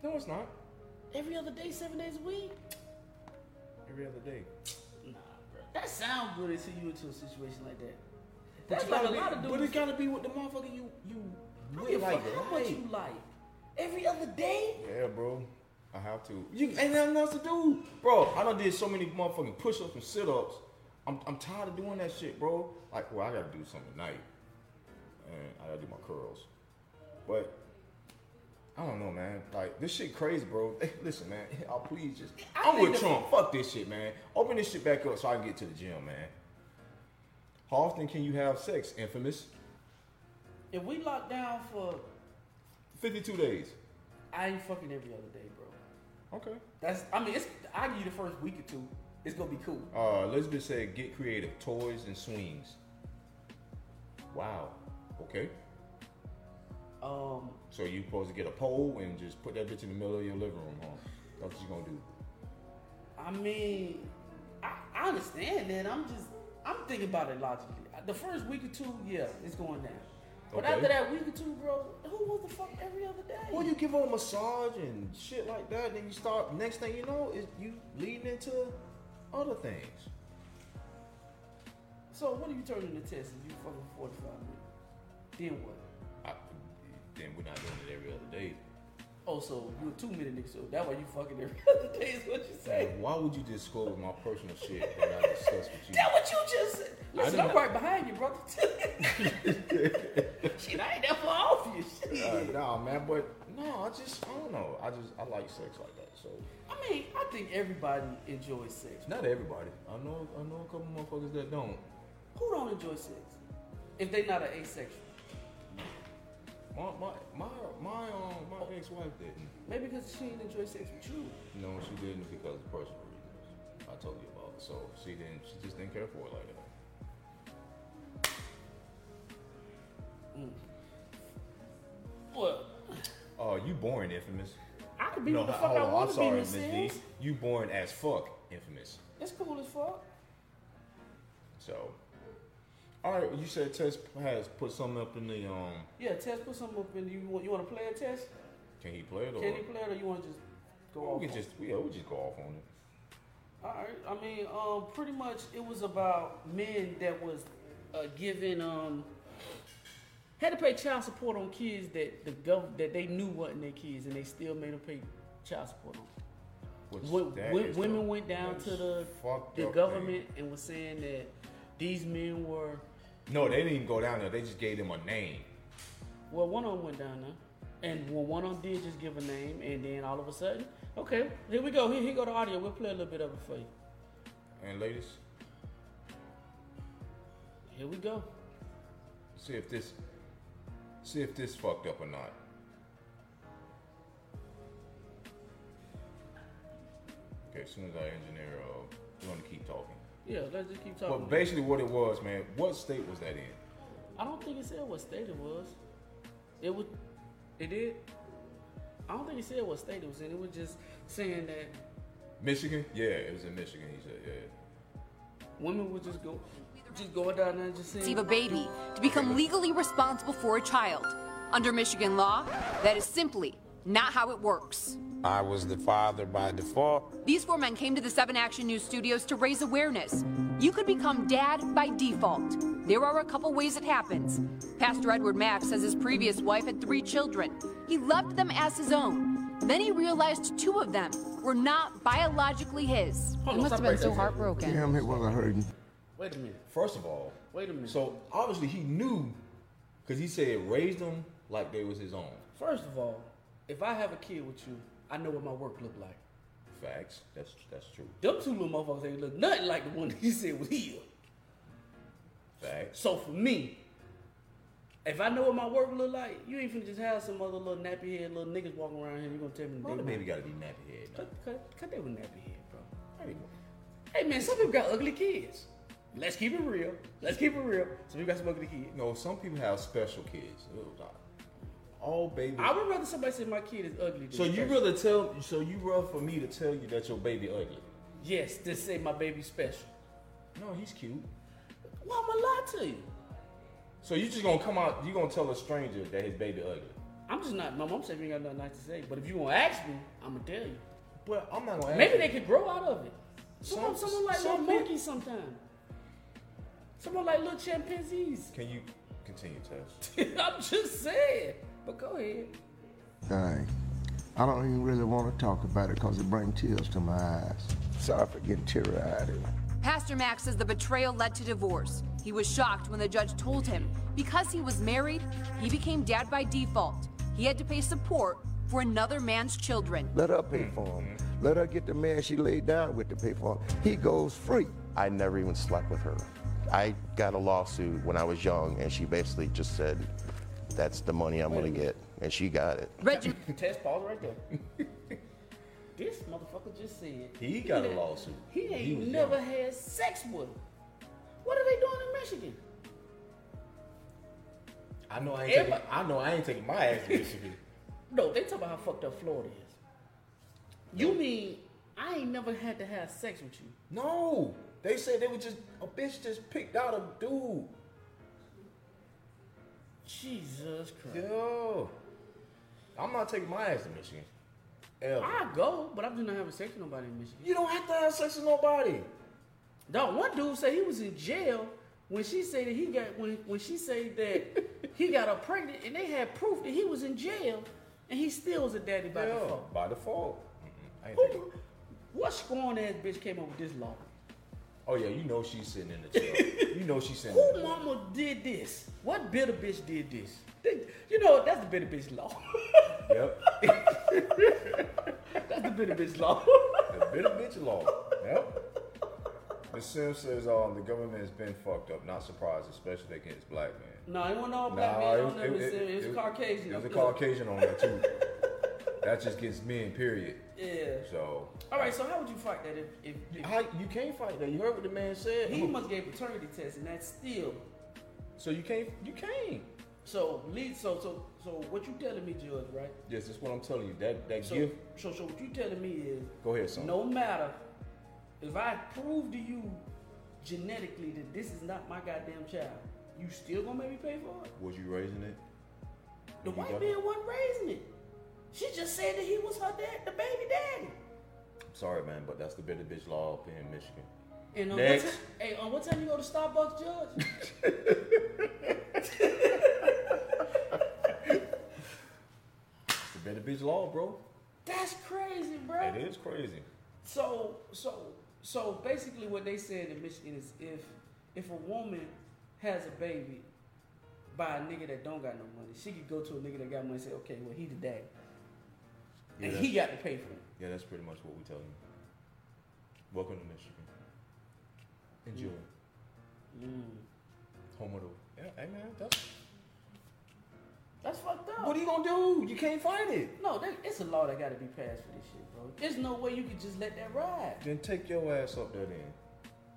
S1: bro.
S2: no, it's not.
S1: Every other day, seven days a week?
S2: Every other day.
S1: Nah, bro. That sounds good until you into a situation like that.
S2: But
S1: That's
S2: you
S1: like
S2: gotta
S1: a
S2: be-
S1: lot of
S2: But
S1: dudes.
S2: it gotta be with the motherfucker you you
S1: I don't
S2: really
S1: give a
S2: like.
S1: fuck how much you like. Every other day?
S2: Yeah, bro. I have to. You ain't nothing else to do, bro. I done did so many motherfucking push-ups and sit-ups. I'm, I'm tired of doing that shit, bro. Like, well, I gotta do something tonight, and I gotta do my curls. But I don't know, man. Like this shit crazy, bro. Hey, listen, man. I'll please just. I am with Trump. Fuck this shit, man. Open this shit back up so I can get to the gym, man. How often can you have sex, infamous?
S1: If we lock down for,
S2: 52 days.
S1: I ain't fucking every other day, bro.
S2: Okay.
S1: That's. I mean, it's. I give you the first week or two. It's gonna be cool.
S2: Uh, Elizabeth said, get creative. Toys and swings. Wow. Okay.
S1: Um,
S2: So you supposed to get a pole and just put that bitch in the middle of your living room, huh? That's what you gonna do.
S1: I mean, I, I understand that. I'm just. I'm thinking about it logically. The first week or two, yeah, it's going down. But
S2: Okay.
S1: after that week or two, bro, who wants to fuck every other day?
S2: Well, you give her a massage and shit like that, then you start. Next thing you know, is you leading into other things.
S1: so what are you turning the test if you fucking 45 minutes? Then what?
S2: I, then we're not doing it every other day.
S1: Oh, so you a two minute nigga, so that why you fucking every other day is what you say.
S2: Why would you disclose my personal shit that I discuss with you?
S1: That what you just said. Listen,
S2: did
S1: I'm
S2: not-
S1: right behind you, brother. shit, I ain't that far off you. Shit.
S2: Uh, nah, man, but no, I just I don't know. I just I like sex like that. So
S1: I mean, I think everybody enjoys sex.
S2: not everybody. I know I know a couple motherfuckers that don't.
S1: Who don't enjoy sex? If they not an asexual.
S2: My my my my um my ex wife didn't.
S1: Maybe because she didn't enjoy sex with you.
S2: No, she didn't because of personal reasons. I told you about. So she didn't. She just didn't care for it like that.
S1: Well,
S2: Oh, you born infamous.
S1: I could be what the fuck
S2: hold
S1: I
S2: on,
S1: want
S2: oh, I'm
S1: to be,
S2: sorry,
S1: Miss
S2: Miss D.
S1: Sims.
S2: You born as fuck infamous.
S1: It's cool as fuck.
S2: So, all right. You said Tess has put something up in the um.
S1: Yeah, test. Put something up in. You want you want to play a test?
S2: Can he play it or?
S1: Can you play it or you want to just go off?
S2: we
S1: on
S2: can just yeah, we just go off on it.
S1: All right. I mean, um, pretty much it was about men that was uh, given um had to pay child support on kids that the gov that they knew wasn't their kids, and they still made them pay child support on.
S2: Which
S1: Wo-
S2: that
S1: wo-
S2: is
S1: women
S2: the
S1: went down
S2: most
S1: to the
S2: fucked
S1: the
S2: up
S1: government and was saying that these men were
S2: thing. No, they didn't even go down there. They just gave them a name.
S1: well, one of them went down there, and well, one of them did just give a name, and then all of a sudden, okay, here we go, here, here go the audio. We'll play a little bit of it for you.
S2: And ladies,
S1: Here we go.
S2: see if this, see if this fucked up or not. Okay, as soon as I engineer, uh, we're gonna keep talking.
S1: Yeah, let's just keep talking.
S2: But basically, what it was, man, what state was that in?
S1: I don't think it said what state it was. It would. It did. I don't think it said what state it was in. It was just saying that
S2: Michigan? Yeah, it was in Michigan. He said, yeah.
S1: women would just go, just go down there and just saying.
S3: conceive a baby to become legally responsible for a child. Under Michigan law, that is simply not how it works.
S4: I was the father by default.
S3: These four men came to the 7 Action News studios to raise awareness. You could become dad by default. There are a couple ways it happens. Pastor Edward Mack says his previous wife had three children. He loved them as his own. Then he realized two of them were not biologically his.
S1: Hold on, must have been so
S3: heartbroken.
S4: Damn, it was a hurting.
S1: Wait a minute.
S2: First of all,
S1: Wait a minute.
S2: So obviously he knew, because he said raised them like they was his own.
S1: First of all, if I have a kid with you, I know what my work look like.
S2: Facts. That's that's true.
S1: Them two little motherfuckers ain't look nothing like the one that he said was here.
S2: Facts.
S1: So for me, if I know what my work look like, you ain't finna just have some other little nappy head little niggas walking around here. You gonna tell me
S2: Why the
S1: they-
S2: baby got to be nappy head?
S1: Cut, cut, cut that with nappy head, bro.
S2: Not even-
S1: Hey man, some people got ugly kids. Let's keep it real. Let's keep it real. Some people got some ugly kids.
S2: You know, some people have special kids. Ooh, dog. All baby.
S1: I would rather somebody say my kid is ugly. Than
S2: so you
S1: special.
S2: rather tell? So you rather for me to tell you that your baby ugly?
S1: yes, to say my baby's special.
S2: No, he's cute.
S1: Why am I lying to you?
S2: So you just gonna come out? You gonna tell a stranger that his baby ugly?
S1: I'm just not. My mom said we ain't got nothing nice to say. But if you gonna ask me, I'm gonna tell you.
S2: But I'm not gonna.
S1: Maybe
S2: ask
S1: they
S2: you.
S1: could grow out of it. Someone,
S2: Some-
S1: someone like
S2: some
S1: little
S2: peop-
S1: monkeys sometimes. Someone like little chimpanzees.
S2: Can you continue, Tess?
S1: I'm just saying. But go ahead.
S4: Dang.
S5: I don't even really want to talk about it because it brings tears to my eyes. Sorry for getting teary-eyed.
S3: Pastor Max says the betrayal led to divorce. He was shocked when the judge told him because he was married, he became dad by default. He had to pay support for another man's children.
S5: Let her pay for him.
S6: Mm-hmm.
S5: Let her get the man she laid down with to pay for him. He goes free.
S7: I never even slept with her. I got a lawsuit when I was young, and she basically just said, "That's the money I'm gonna get," and she got it.
S3: Reggie
S1: Test pause right there. this motherfucker just said
S2: He got a
S1: done-
S2: lawsuit.
S1: He ain't
S2: He was
S1: never
S2: young.
S1: had sex with her. What are they doing in Michigan?
S6: I know I ain't taking,
S1: Everybody-
S6: I know I ain't taking my ass to Michigan.
S1: No, they talk about how fucked up Florida is. You mean I ain't never had to have sex with you?
S2: No, they said they were just a bitch just picked out a dude.
S1: Jesus Christ.
S2: Yo,
S6: I'm not taking my ass to Michigan.
S2: ever.
S1: I go, but I'm just not having sex with nobody in Michigan.
S2: You don't have to have sex with nobody.
S1: Dog, one dude said he was in jail when she said that he got when when she said that he got her pregnant, and they had proof that he was in jail, and he still was a daddy by
S2: Yeah,
S1: default.
S2: by default. Mm-mm, I ain't taking-
S1: Who, what scorn ass bitch came up with this law?
S2: Oh yeah, you know she's sitting in the chair. you know she's sitting. in
S1: Who
S2: the chair.
S1: mama did this? What bitter bitch did this? They- you know that's the bitter bitch law.
S2: Yep.
S1: that's the bitter bitch law.
S2: The bitter bitch law. Yep. Ms. Sims says um, the government has been fucked up. Not surprised, especially against black men.
S1: no, it wasn't all black man.
S2: it
S1: It was,
S2: was-
S1: it, was,
S2: it- it- it-
S1: Caucasian.
S2: It was a
S1: Yeah.
S2: Caucasian on there too. that just gets men, period.
S1: Yeah.
S2: So
S1: All right. So how would you fight that if, if, if
S2: how, you can't fight that. You heard what the man said.
S1: He must gave paternity test, and that's still
S2: So you can't. You can't.
S1: so. Lead so so so. What you telling me, Judge? Right?
S2: Yes, that's what I'm telling you. That that
S1: So
S2: gift.
S1: so so. What you telling me is
S2: Go ahead, son.
S1: no matter if I prove to you genetically that this is not my goddamn child, you still gonna make me pay for it?
S2: Was you raising it?
S1: The
S2: You
S1: white
S2: got-
S1: man wasn't raising it. She just said that he was her dad, the baby daddy.
S2: I'm sorry, man, but that's the bitter bitch law up in Michigan.
S1: And um,
S2: Next.
S1: What ti- hey, um, what time you go to Starbucks, Judge?
S2: It's the bitter bitch law, bro.
S1: That's crazy, bro.
S2: It is crazy.
S1: So so so basically what they said in Michigan is if if a woman has a baby by a nigga that don't got no money, she could go to a nigga that got money and say, okay, well he the daddy. And
S2: Yeah.
S1: he got to pay for it.
S2: Yeah, that's pretty much what we tell you. Welcome to Michigan. Enjoy. Mm. Home of the. Yeah, hey man, that's.
S1: That's fucked up.
S2: What are you gonna do? You can't fight it.
S1: no, that, it's a law that got to be passed for this shit, bro. There's no way you could just let that ride.
S2: Then take your ass up there then.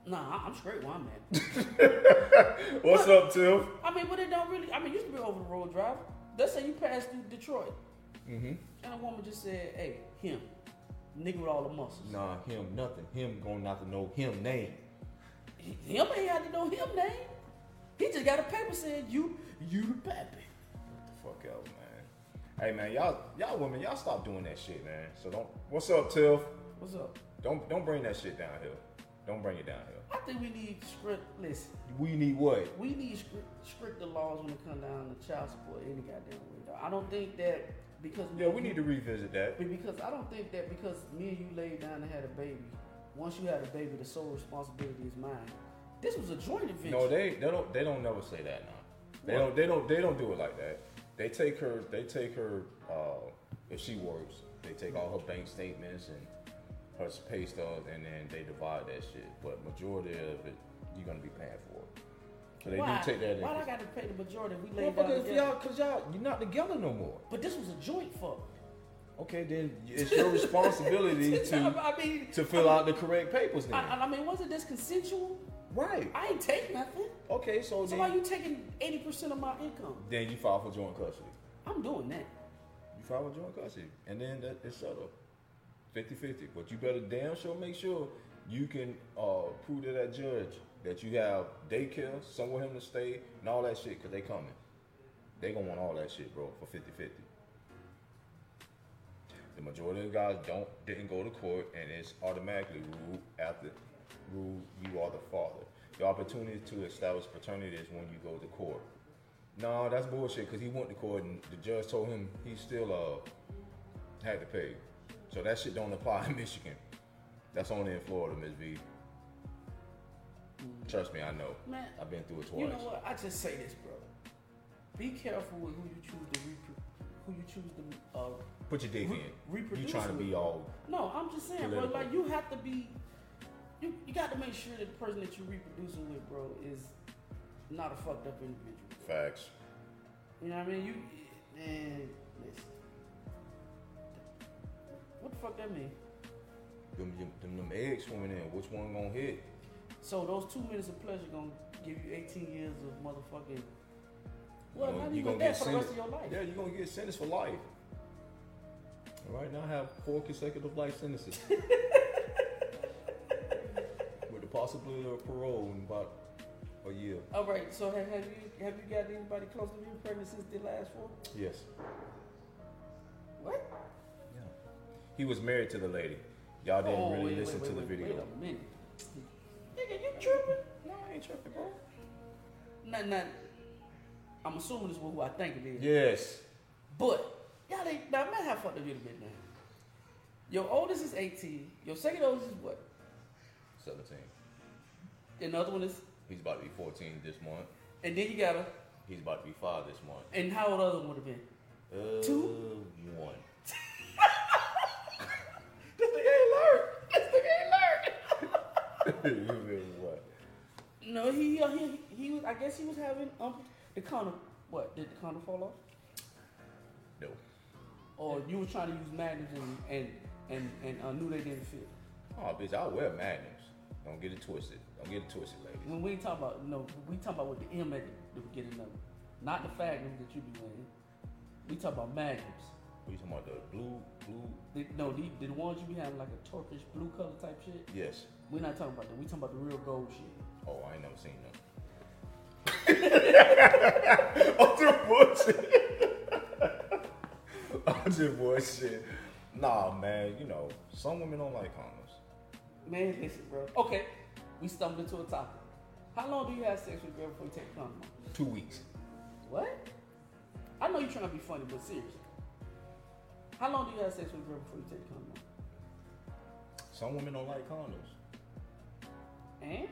S1: Nah, I- I'm straight where I'm at.
S2: What's up, Tiff?
S1: I mean, but it don't really. I mean, it used to be over the road drive. Let's say you passed through Detroit,
S2: Mm-hmm.
S1: and a woman just said, "Hey, him, nigga with all the muscles."
S2: Nah, him nothing. Him gonna not to know him name.
S1: Him ain't had to know him name. He just got a paper saying you, you the pappy.
S2: Get the fuck out, man. Hey man, y'all, y'all women, y'all stop doing that shit, man. So don't. What's up, Tiff?
S1: What's up?
S2: Don't don't bring that shit down here. Don't bring it down here.
S1: I think we need script. Listen,
S2: We need what?
S1: we need script, stricter laws when it comes down to child support any goddamn way. Though. I don't think that because
S2: Yeah, we need to revisit that.
S1: Be- because I don't think that because me and you laid down and had a baby. Once you had a baby, the sole responsibility is mine. This was a joint adventure.
S2: No, they they don't they don't never say that now. They don't they don't they don't do it like that. They take her they take her uh, if she works, they take all her bank statements and her pay stubs and then they divide that shit. But majority of it you're gonna be paying for it. So they
S1: why?
S2: do take that in.
S1: Why I got to pay the majority? We
S2: well,
S1: laid down
S2: because
S1: together.
S2: y'all cause y'all you're not together no more.
S1: But this was a joint fuck.
S2: Okay, then it's your responsibility to
S1: I mean,
S2: to fill out the correct papers then.
S1: I, I mean, wasn't this consensual?
S2: right.
S1: I ain't take nothing.
S2: Okay, so
S1: So
S2: then,
S1: why you taking eighty percent of my income?
S2: then you file for joint custody.
S1: I'm doing that.
S2: You file a joint custody, and then that, it's settled. 50-50. But you better damn sure make sure you can uh, prove to that judge that you have daycare, somewhere him to stay, and all that shit, because they coming. They gonna want all that shit, bro, for 50-50. The majority of the guys don't didn't go to court, and it's automatically ruled after ruled you are the father. The opportunity to establish paternity is when you go to court. No, that's bullshit. Cause he went to court and the judge told him he's still uh had to pay. So that shit don't apply in Michigan. That's only in Florida, Ms. V. Trust me, I know.
S1: Man,
S2: I've been through it twice.
S1: You know what? I just say this, brother. Be careful with who you choose to repro- who you choose to. Uh,
S2: Put your dick
S1: re-
S2: in. You
S1: reproduce
S2: trying to
S1: it.
S2: be all
S1: no, I'm just saying, bro.
S2: Political.
S1: Like you have to be. You, you got to make sure that the person that you're reproducing with, bro, is not a fucked up individual.
S2: facts.
S1: You know what I mean? You man, listen. What the fuck that mean?
S2: Them, them, them, them eggs swimming in. Which one gonna hit?
S1: So those two minutes of pleasure gonna give you 18 years of motherfucking. Well,
S2: You know,
S1: not
S2: you
S1: even
S2: gonna
S1: that
S2: get
S1: for the rest of
S2: sentenced-
S1: your life.
S2: Yeah, you're gonna get sentenced for life. All right, now I have four consecutive life sentences. With the possibility of parole in about a year.
S1: All right. So have, have you have you got anybody close to being pregnant since the last one?
S2: Yes.
S1: What?
S2: He was married to the lady. Y'all didn't
S1: Oh,
S2: really
S1: wait,
S2: listen
S1: wait,
S2: to
S1: wait,
S2: the
S1: wait,
S2: video.
S1: Wait a minute. Nigga, you tripping? No, I ain't tripping, bro. Not not. I'm assuming this is who I think it is.
S2: Yes.
S1: But y'all ain't now man how fucked up you done been now. Your oldest is 18. Your second oldest is what?
S2: 17.
S1: And the other one is
S2: He's about to be 14 this month.
S1: and then you got a
S2: He's about to be five this month.
S1: and how old the other one would have been?
S2: Uh,
S1: Two?
S2: One.
S1: This nigga ain't learned. This nigga ain't learned.
S2: You mean what?
S1: No, he, uh, he he was. I guess he was having um the condom. What did the condom fall off?
S2: No.
S1: Or you were trying to use magnets and and and, and uh, knew they didn't fit.
S2: Oh, bitch, I wear magnums. Don't get it twisted. Don't get it twisted, ladies.
S1: When we ain't talking about no, we talking about with the M at the, the beginning of it, not the fagnums that you be wearing. We talking about magnums.
S2: What you talking about? The blue, blue?
S1: The, no, the, the ones you be having like a Turkish blue color type shit.
S2: Yes.
S1: We're not talking about that. We talking about the real gold shit.
S2: Oh, I ain't never seen them. I'm just bullshit. I'm just bullshit. Nah, man, you know, some women don't like condoms.
S1: Man, listen, bro. Okay, we stumbled into a topic. How long do you have sex with a girl before you take the condom off?
S2: Two weeks.
S1: What? I know you're trying to be funny, but seriously. How long do you have sex with a girl before you take condom off?
S2: Some women don't like condoms.
S1: And?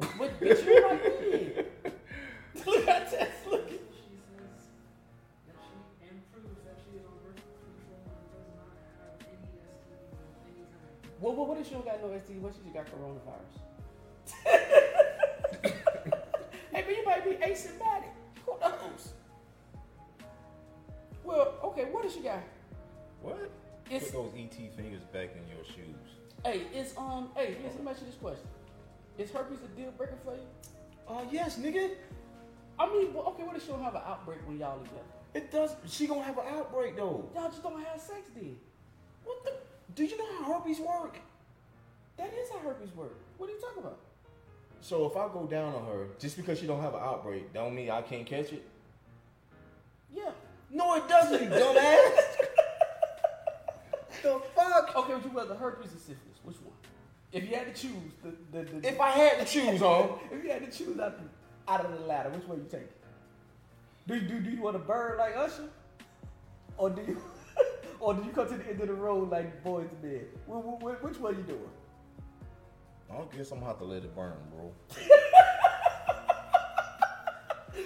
S1: But Eh? bitch, you're like me. Look at that. Look at Well, what, what if she don't got no STD? What if she just got coronavirus? hey, but you might be asymptomatic. Who knows? Well, okay, what if she got
S2: What?
S1: It's-
S2: Put those ET fingers back in your shoes.
S1: Hey, it's um. Hey, yes, let me ask you this question: Is herpes a deal breaker for you?
S2: Oh, yes, nigga.
S1: I mean, well, okay, what if she don't have an outbreak when y'all together?
S2: It does. She gonna have an outbreak, though.
S1: Y'all just don't have sex then.
S2: What the? Do you know how herpes work?
S1: That is how herpes work. What are you talking about?
S2: So if I go down on her, just because she don't have an outbreak, don't mean I can't catch it?
S1: Yeah.
S2: No, it doesn't, dumbass. the fuck?
S1: Okay, would you rather herpes or syphilis? Which one? If you had to choose, the the, the
S2: If I had the shoes on,
S1: if you had to choose out the, out of the ladder, which way you take it? Do you do, do you want a bird like Usher, or do you or do you come to the end of the road like boys to bed? Wh- wh- wh- Which way you doing?
S2: I guess I'm gonna have to let it burn, bro.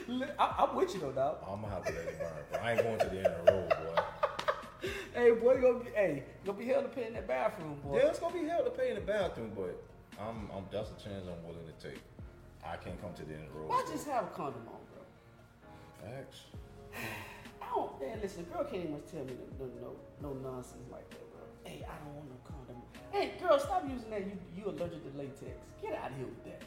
S1: Li- I, I'm with you though, dog.
S2: I'm gonna have to let it burn. Bro. I ain't going to the end of the road, boy.
S1: Hey, boy, you gonna be hey, you gonna be held to pay in that bathroom, boy.
S2: Yeah, it's gonna be hell to pay in the bathroom, but I'm, I'm that's a chance I'm willing to take. I can't come to the end of the road.
S1: Why
S2: bro.
S1: just have a condom on, bro?
S2: Facts.
S1: I don't. Man, listen, girl can't even tell me no no no, no nonsense like that, bro. Hey, I don't want no condom. Hey, girl, stop using that. You you allergic to latex. Get out of here with that.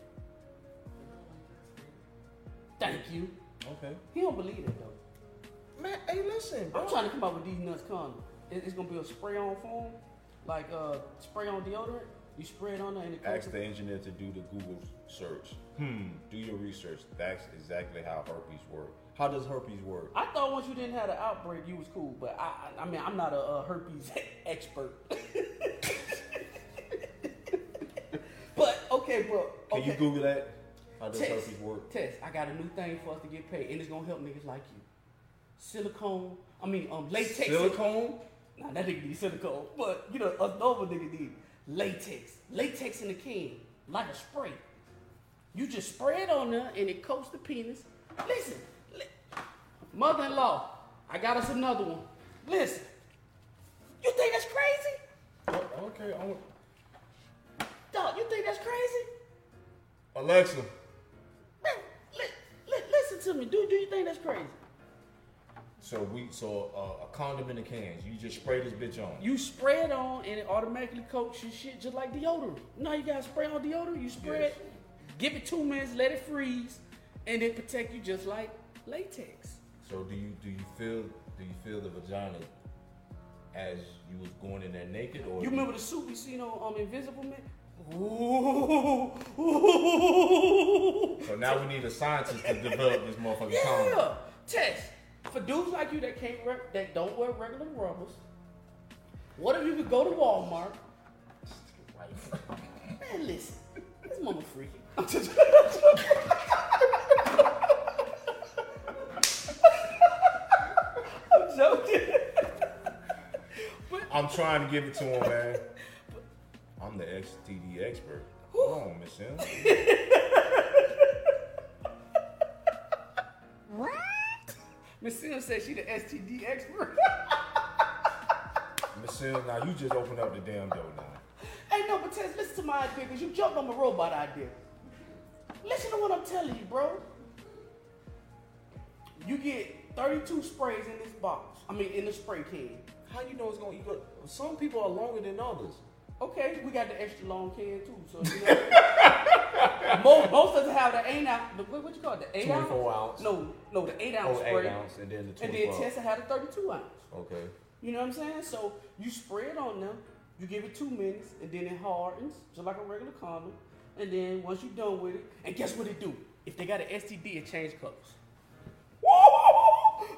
S1: Thank you.
S2: Okay.
S1: He don't believe it though.
S2: Man, hey, listen,
S1: I'm trying to come up with these nuts condom. It- it's gonna be a spray on foam, like uh spray on deodorant. You spray it on there and it comes.
S2: Ask the engineer to do the Google search. Hmm. Do your research. That's exactly how herpes work. How does herpes work?
S1: I thought once you didn't have an outbreak, you was cool. But I, I, I mean, I'm not a, uh herpes expert. but okay, bro.
S2: Can
S1: Okay.
S2: you Google that? How does
S1: test,
S2: herpes work?
S1: Test. I got a new thing for us to get paid, and it's gonna help niggas like you. Silicone. I mean, um, latex.
S2: Silicone?
S1: Nah, that nigga need silicone, but you know, us normal nigga need latex. Latex in a can, like a spray. You just spray it on there and it coats the penis. Listen, li- mother-in-law, I got us another one. Listen, you think that's crazy?
S2: Oh, Okay, I want-
S1: Dog, you think that's crazy?
S2: Alexa.
S1: Man, li- li- listen to me, dude. Do you think that's crazy?
S2: So we so uh, a condom in the cans. You just spray this bitch on.
S1: You spray it on and it automatically coats your shit just like deodorant. No, you gotta spray on deodorant. You spray it, give it two minutes, let it freeze, and it protect you just like latex.
S2: So do you do you feel do you feel the vagina as you was going in there naked or
S1: You remember the suit we seen on um, Invisible Man? Ooh, ooh.
S2: So now we need a scientist to develop this motherfucking condom.
S1: Yeah, test for dudes like you that can't re- that don't wear regular rubbers. What if you could go to Walmart? Man, listen, this mama freaky. I'm just- I'm joking.
S2: I'm trying to give it to him, man. I'm the STD expert. Hold on, Miss M.
S1: Miss Sims said she the STD expert.
S2: Miss M, now you just opened up the damn door now.
S1: Hey, no, but Tess, listen to my idea because you jumped on my robot idea. Listen to what I'm telling you, bro. You get 32 sprays in this box. I mean, in the spray can.
S2: How you know it's gonna? You go, some people are longer than others.
S1: Okay, we got the extra long can too. So you know, most, most of us have the eight ounce. The, what, what you call it? The eight
S2: 24
S1: ounce?
S2: ounce.
S1: No, no, the eight ounce
S2: Oh, eight
S1: spray.
S2: ounce, and then the
S1: And then
S2: 24 ounce.
S1: Tessa had a 32 ounce.
S2: Okay.
S1: You know what I'm saying? So you spray it on them, you give it two minutes, and then it hardens, just like a regular condom. And then once you're done with it, and guess what it do? If they got an STD, it change colors. Woo!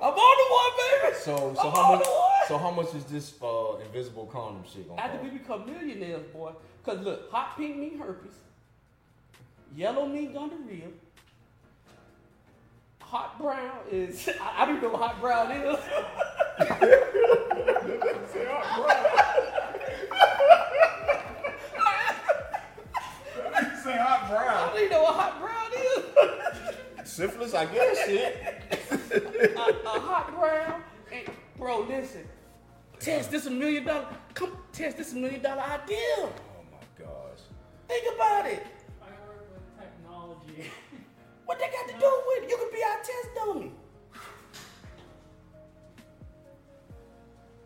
S1: I'm on the one, baby.
S2: So so
S1: I'm
S2: how
S1: on
S2: much?
S1: the one.
S2: So how much is this uh, invisible condom shit gonna
S1: After we
S2: cost?
S1: become millionaires, boy, because look, hot pink mean herpes, yellow mean gonorrhea, hot brown is, I, I don't know what hot brown is.
S2: Say hot
S1: I
S2: brown.
S1: don't even know what hot brown
S2: Syphilis, I guess shit.
S1: is. a, a hot brown, and bro, listen, test this a million dollar, come test this a million dollar idea.
S2: Oh my gosh.
S1: Think about it.
S8: Firework with technology.
S1: What they got to do with it? You could be our test dummy.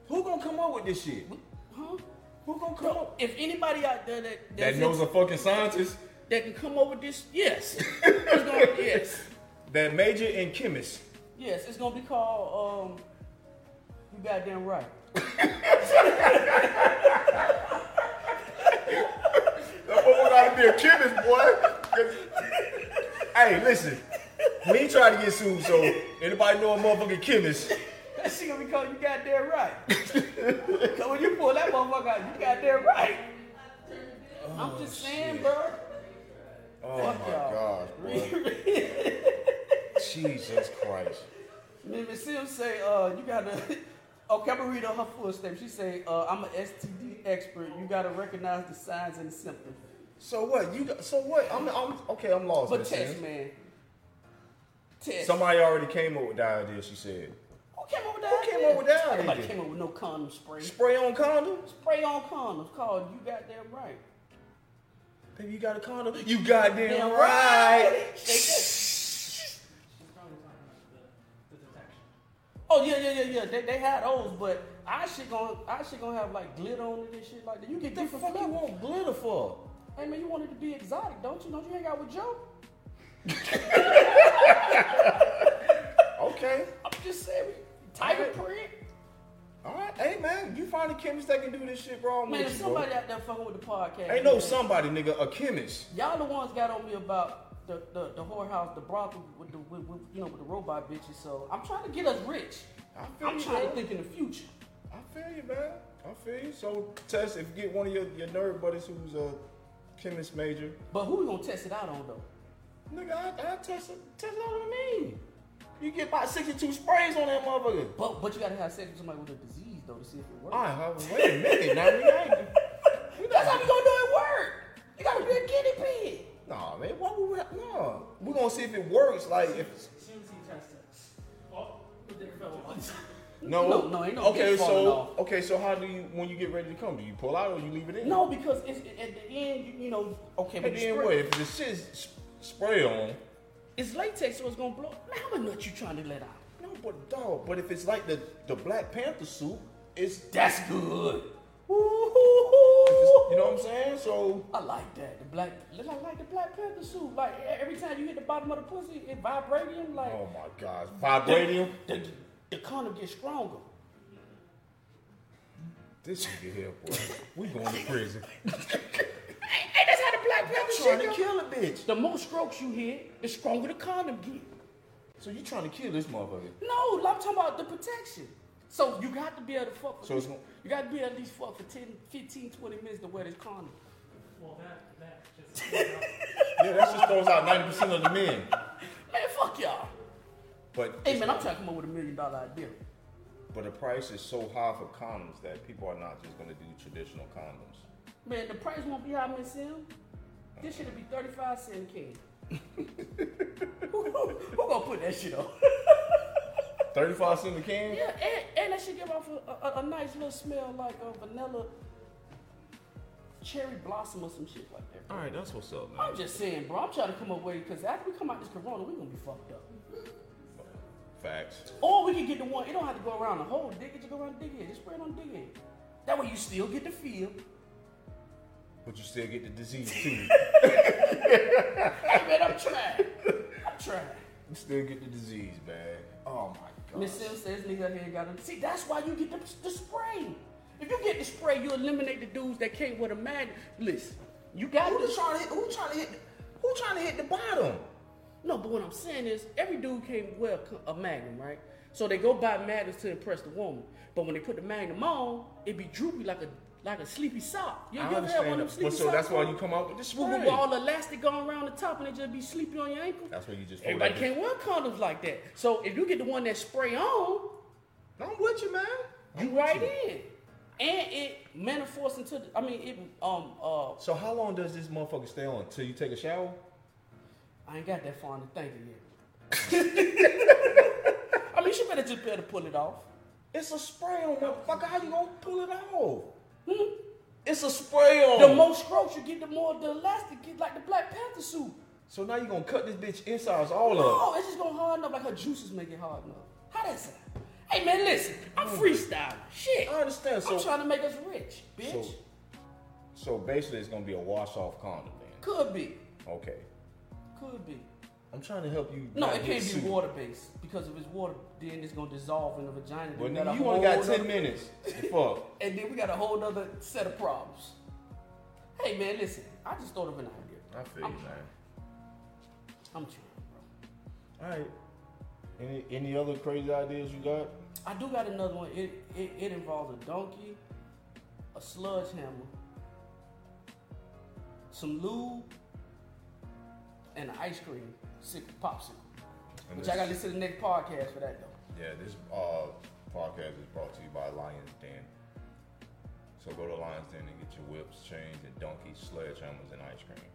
S2: Who gonna come up with this shit?
S1: Huh?
S2: Who gonna come
S1: Bro,
S2: up?
S1: if anybody out there that,
S2: That
S1: that's
S2: knows a fucking scientist.
S1: that can come up with this. Yes, it's gonna, yes,
S2: That major in chemist.
S1: yes. It's gonna be called. Um, you goddamn right.
S2: That motherfucker gotta be a chemist, boy. hey, listen. We ain't trying to get sued, so anybody know a motherfucking chemist?
S1: That shit gonna be called. You goddamn right. so when you pull that motherfucker out, you goddamn right. I'm just saying, bro.
S2: Oh my gosh, bro. Jesus Christ.
S1: Miss Sims say, uh, you gotta. Okay, I'm gonna read on her full statement. She say, uh, I'm an STD expert. You gotta recognize the signs and the symptoms.
S2: So what? You got, so what? I'm, I'm okay. I'm lost.
S1: But
S2: Miss
S1: test,
S2: Sims.
S1: man. Test.
S2: Somebody already came up with the idea. She said,
S1: Who came up with that?
S2: Who came
S1: idea?
S2: up with that idea?
S1: Nobody came up with no condom spray.
S2: "Spray on condoms.
S1: Spray on condoms called You Got That Right.
S2: Baby, you got a condom. You goddamn
S1: Damn
S2: right."
S8: She's probably talking about the, the detection.
S1: Oh yeah, yeah, yeah, yeah. They, they had those, but I shit gonna I shit gonna have like glitter on it and shit like that. You get
S2: What the
S1: different
S2: fuck you
S1: flavors.
S2: want glitter for?
S1: Hey man, you wanted to be exotic, don't you? Don't you hang out with Joe?
S2: Okay.
S1: I'm just saying, tiger print.
S2: All right, hey man, you find a chemist that can do this shit, bro. I'm
S1: Man,
S2: with
S1: if
S2: you, bro.
S1: somebody out there fucking with the podcast,
S2: Ain't no
S1: man,
S2: somebody, nigga, a chemist.
S1: Y'all the ones got on me about the the, the whorehouse, the brothel with the with, with, you know with the robot bitches. So I'm trying to get us rich.
S2: I feel
S1: I'm
S2: you,
S1: trying
S2: bro.
S1: to think in the future.
S2: I feel you, man. I feel you. So, Tess, if you get one of your, your nerd buddies who's a chemist major,
S1: But who we gonna test it out on though?
S2: nigga, I, I test it. Test it out on me. You get about 62 sprays on that motherfucker.
S1: But but you gotta have sex with somebody with a disease though to see if it works.
S2: All right, Harvey, wait a minute. Now, we ain't.
S1: That's how you gonna do it work. You gotta be a guinea pig.
S2: Nah, man, why would we have, nah. We're gonna see if it works. Like, if.
S8: Chimsy tested. Oh, it didn't fell once.
S2: No,
S1: No, no, ain't no
S2: Okay,
S1: dick falling
S2: so,
S1: off.
S2: okay, so how do you, when you get ready to come, do you pull out or you leave it in?
S1: No, because it's at the end, you, you know. Okay,
S2: And
S1: but
S2: then what? If the shit's sp- spray on.
S1: It's latex, so it's gonna blow. Man, how much nut you trying to let out?
S2: No, but dog, but if it's like the, the Black Panther suit, it's.
S1: That's good. Woo-hoo-hoo.
S2: You know what I'm saying? So
S1: I like that. The black, look, I like the Black Panther suit. Like e- every time you hit the bottom of the pussy, it vibrating. Like
S2: Oh my gosh. Vibranium.
S1: the, the, the condom gets stronger.
S2: This nigga here, boy. We going to prison.
S1: Hey, hey, that's how the Black Panther shit
S2: trying to
S1: go.
S2: kill a bitch.
S1: The more strokes you hit, the stronger the condom get.
S2: So you trying to kill this motherfucker.
S1: No, I'm talking about the protection. So you got to be able to fuck. For
S2: So it's gon-
S1: you got to be at least fuck for 10, 15, 20 minutes to wear this condom.
S8: Well, that, that just.
S2: Yeah, that just throws out 90% of the men.
S1: Man, fuck y'all.
S2: But
S1: Hey man, I'm trying to come up with a million dollar idea.
S2: but the price is so high for condoms that people are not just gonna do traditional condoms.
S1: Man, the price won't be high, Miss Sim. This shit'll be 35 cent can. who, who- who gonna put that shit on?
S2: 35 cent a can?
S1: yeah, and, and that shit give off a, a, a nice little smell like a vanilla cherry blossom or some shit like that.
S2: Alright, that's what's up, man.
S1: I'm just saying, bro. I'm trying to come up with it because after we come out this corona, we gonna be fucked up.
S2: Facts.
S1: Or we can get the one. It don't have to go around the whole dick. It just go around the dick head. Just spray it on the dick head. That way you still get the feel.
S2: But you still get the disease too. you
S1: Hey man, I'm trying. I'm trying.
S2: still get the disease, man. Oh my god.
S1: Miss Sims says nigga here got him. See, that's why you get the, the spray. If you get the spray, you eliminate the dudes that can't with a mag. Listen, you got
S2: Who
S1: this.
S2: just trying to hit who trying to hit who trying to hit the bottom?
S1: No, but what I'm saying is, every dude can't wear a co- a magnum, right? So they go buy magnums to impress the woman. But when they put the magnum on, it be droopy like a like a sleepy sock. You,
S2: I
S1: you ever had one of
S2: understand.
S1: them
S2: that.
S1: sleepy
S2: But so
S1: socks
S2: that's why
S1: on?
S2: you come out with the
S1: with,
S2: spray.
S1: with all the elastic going around the top and it just be sleepy on your ankle.
S2: That's where you just fold
S1: Everybody
S2: that
S1: can't wear condoms like that. So if you get the one that spray on,
S2: I'm with you, man.
S1: you right in. And it manifests into the, I mean it um uh
S2: So how long does this motherfucker stay on? Till you take a shower?
S1: I ain't got that far in the thinking yet. I mean she better just better pull it off.
S2: It's a spray on, motherfucker. How you gonna pull it off?
S1: Hmm?
S2: It's a spray on.
S1: The more strokes you get, the more the elastic get like the Black Panther suit.
S2: so now you gonna cut this bitch insides all up.
S1: Oh, it's just gonna harden up like her juices make it harden up. How that sound? Hey man, listen, I'm freestyling. Shit.
S2: Mm. I understand. So,
S1: I'm trying to make us rich, bitch.
S2: so, so basically, it's gonna be a wash-off condom then.
S1: Could be.
S2: Okay.
S1: Could be.
S2: I'm trying to help you.
S1: No,
S2: not
S1: it
S2: get
S1: can't
S2: sued.
S1: be water based because if it's water, then it's gonna dissolve in the vagina.
S2: Well,
S1: Then we
S2: nigga,
S1: got a
S2: you only
S1: whole
S2: got ten
S1: other-
S2: minutes. The fuck.
S1: and then we got a whole other set of problems. Hey man, listen, I just thought of an idea.
S2: I feel you, man.
S1: I'm trying,
S2: All right. Any any other crazy ideas you got?
S1: bro. I do got another one. It it, it involves a donkey, a sludge hammer, some lube, and an ice cream sick popsicle.
S2: And
S1: Which
S2: this-
S1: I gotta listen to the next podcast for that though.
S2: Yeah, this uh, podcast is brought to you by Lions Den. So go to Lions Den and get your whips, chains, and donkeys, sledgehammers, and ice cream.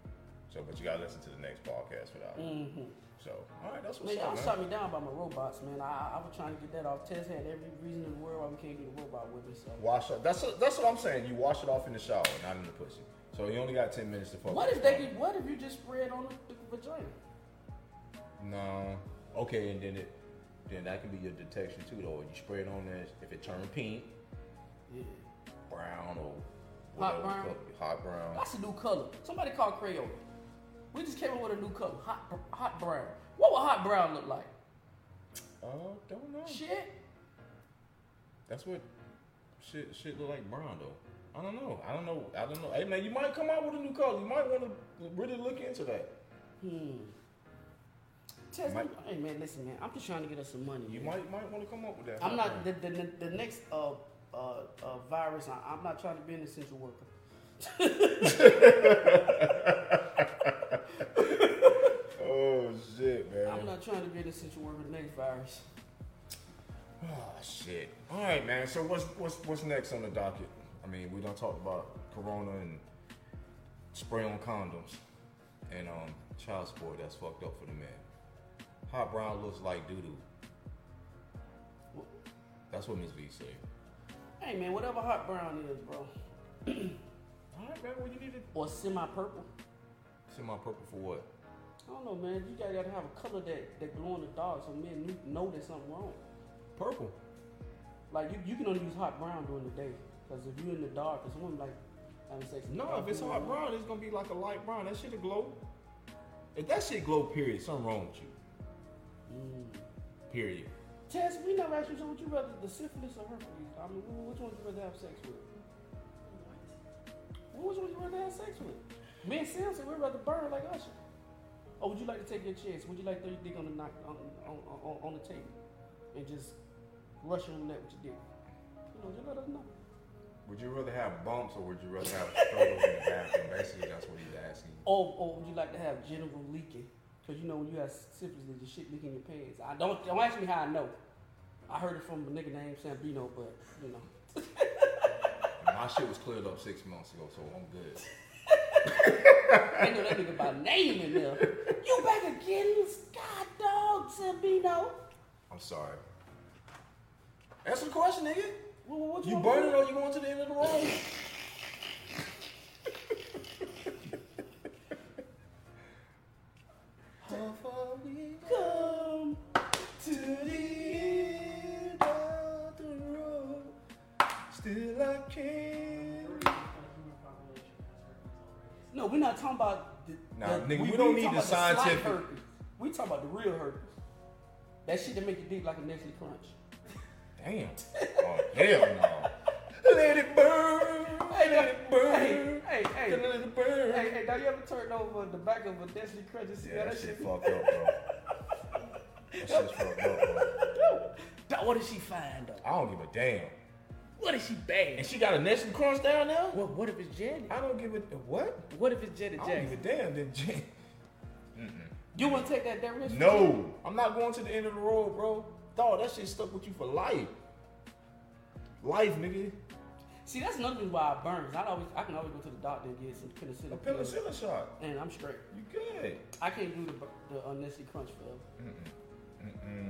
S2: So, but you gotta listen to the next podcast for that. Mm-hmm. So, all right, that's what's
S1: Man, y'all
S2: up, man.
S1: shot me down by my robots, man. I, I I was trying to get that off. Tess had every reason in the world why we can't get a robot with me, so.
S2: Wash up. That's that's what I'm saying. You wash it off in the shower, not in the pussy. So you only got ten minutes to fuck.
S1: What
S2: with
S1: if
S2: your
S1: they
S2: condom.
S1: could, what if you just spread on the, the vagina?
S2: No. Okay, and then it, then that can be your detection too, though. You spray it on there. If it turn pink,
S1: Yeah.
S2: brown, or
S1: Hot
S2: whatever,
S1: brown?
S2: color- hot brown.
S1: That's a new color. Somebody called Crayola. We just came up with a new color. Hot br- hot brown. What would hot brown look like?
S2: Oh, don't know.
S1: Shit.
S2: That's what shit shit look like brown though. I don't know. I don't know. I don't know. Hey man, you might come out with a new color. You might want to really look into that.
S1: Tess,
S2: Might-
S1: hey man, listen man. I'm just trying to get us some money.
S2: You
S1: man.
S2: might might want to come up with that.
S1: I'm not the, the, the, the next uh, uh, uh, virus. I, I'm not trying to be an essential worker.
S2: Oh shit, man. Oh,
S1: I'm not trying to be an essential worker. Next virus.
S2: Oh shit. All right, man. So what's what's what's next on the docket? I mean, we done talked about Corona and spray on condoms and um child support. That's fucked up for the man. Hot brown looks like doo doo. That's what Miss V said.
S1: Hey man, whatever hot brown is, bro,
S2: All right, man. Well, you need to
S1: or semi-purple.
S2: send my purple for what?
S1: I don't know, man. You gotta gotta have a color that that glow in the dark so men knew- know there's something wrong.
S2: Purple.
S1: Like you, you can only use hot brown during the day because if you're in the dark, it's one like having sex. in the
S2: No,
S1: dark,
S2: if it's
S1: you know,
S2: hot brown, it's gonna be like a light brown. That shit'll glow. If that shit glow, period, something wrong with you. Period.
S1: Tess, we never asked you. So would you rather the syphilis or herpes? I mean, wh- which one would you rather have sex with? Well, which one would you rather have sex with? Me and Sam said we'd rather burn like Usher. Or would you like to take your chance? Would you like to throw your dick on the knock on, on, on, on the table and just rush on that with your dick? You know, just let us know.
S2: Would you rather have bumps or would you rather have struggles in the bathroom? Basically, that's what he's asking.
S1: Or, or would you like to have genital leaking? Because you know when you have syphilis, the shit leaking your pants. I don't don't ask me how I know. I heard it from a nigga named Sambino, but you know.
S2: My shit was cleared up six months ago, so I'm good.
S1: I know that nigga by name in there. You back again, God dog, Sabino.
S2: I'm sorry. Answer the question, nigga.
S1: What, what
S2: You
S1: want
S2: burn
S1: me
S2: it
S1: to
S2: or you going to the end of the road? How far we
S1: Come
S2: to the end of the road, still I can't.
S1: No, we're not talking about. The,
S2: Nah,
S1: the-
S2: nigga, we don't
S1: talking
S2: need the
S1: about slight
S2: scientific-
S1: herpes. We talking about the real herpes. That shit that make your dick like a Nestle Crunch.
S2: Damn. Oh, hell no. Let it burn. Let it burn.
S1: Hey, hey, hey.
S2: Let it burn.
S1: Hey, hey, now you ever turn over the back of a Nestle Crunch and see
S2: Yeah,
S1: how
S2: that
S1: that
S2: shit
S1: shit?
S2: fucked up, bro. That shit's fucked up, bro.
S1: Dog, what did she find though?
S2: I don't give a damn.
S1: What is she
S2: And
S1: bad?
S2: she got a Nestle Crunch down there?
S1: What, what if it's Janet?
S2: I don't give a what?
S1: What if it's Janet
S2: I don't give a
S1: Jackson?
S2: damn. Then Jen.
S1: You want to take that, that risk?
S2: No, I'm not going to the end of the road, bro. Dog, that shit stuck with you for life. Life, nigga.
S1: See, that's another reason why I burn. 'cause I always, I can always go to the doctor and get some
S2: A
S1: penicillin. pills,
S2: penicillin shot.
S1: And I'm straight.
S2: You good?
S1: I can't do the the unnecessary crunch forever.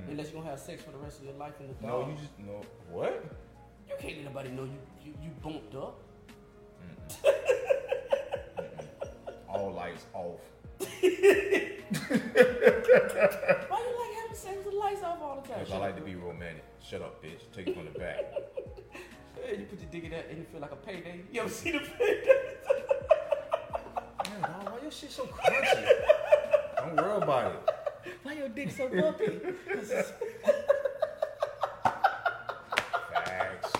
S1: Unless you're gonna have sex for the rest of your life in the
S2: No,
S1: dog.
S2: you just no. What?
S1: You can't let nobody know you you, you bumped up.
S2: All lights off.
S1: Why you like having sex with the lights off all the time?
S2: Cause I like to be romantic. Shut up, bitch. Take it from the back.
S1: Hey, you put your dick in that and you feel like a payday. You ever see the payday?
S2: Damn, dog, why your shit so crunchy? Don't worry about it.
S1: Why your dick so bumpy?
S2: Facts.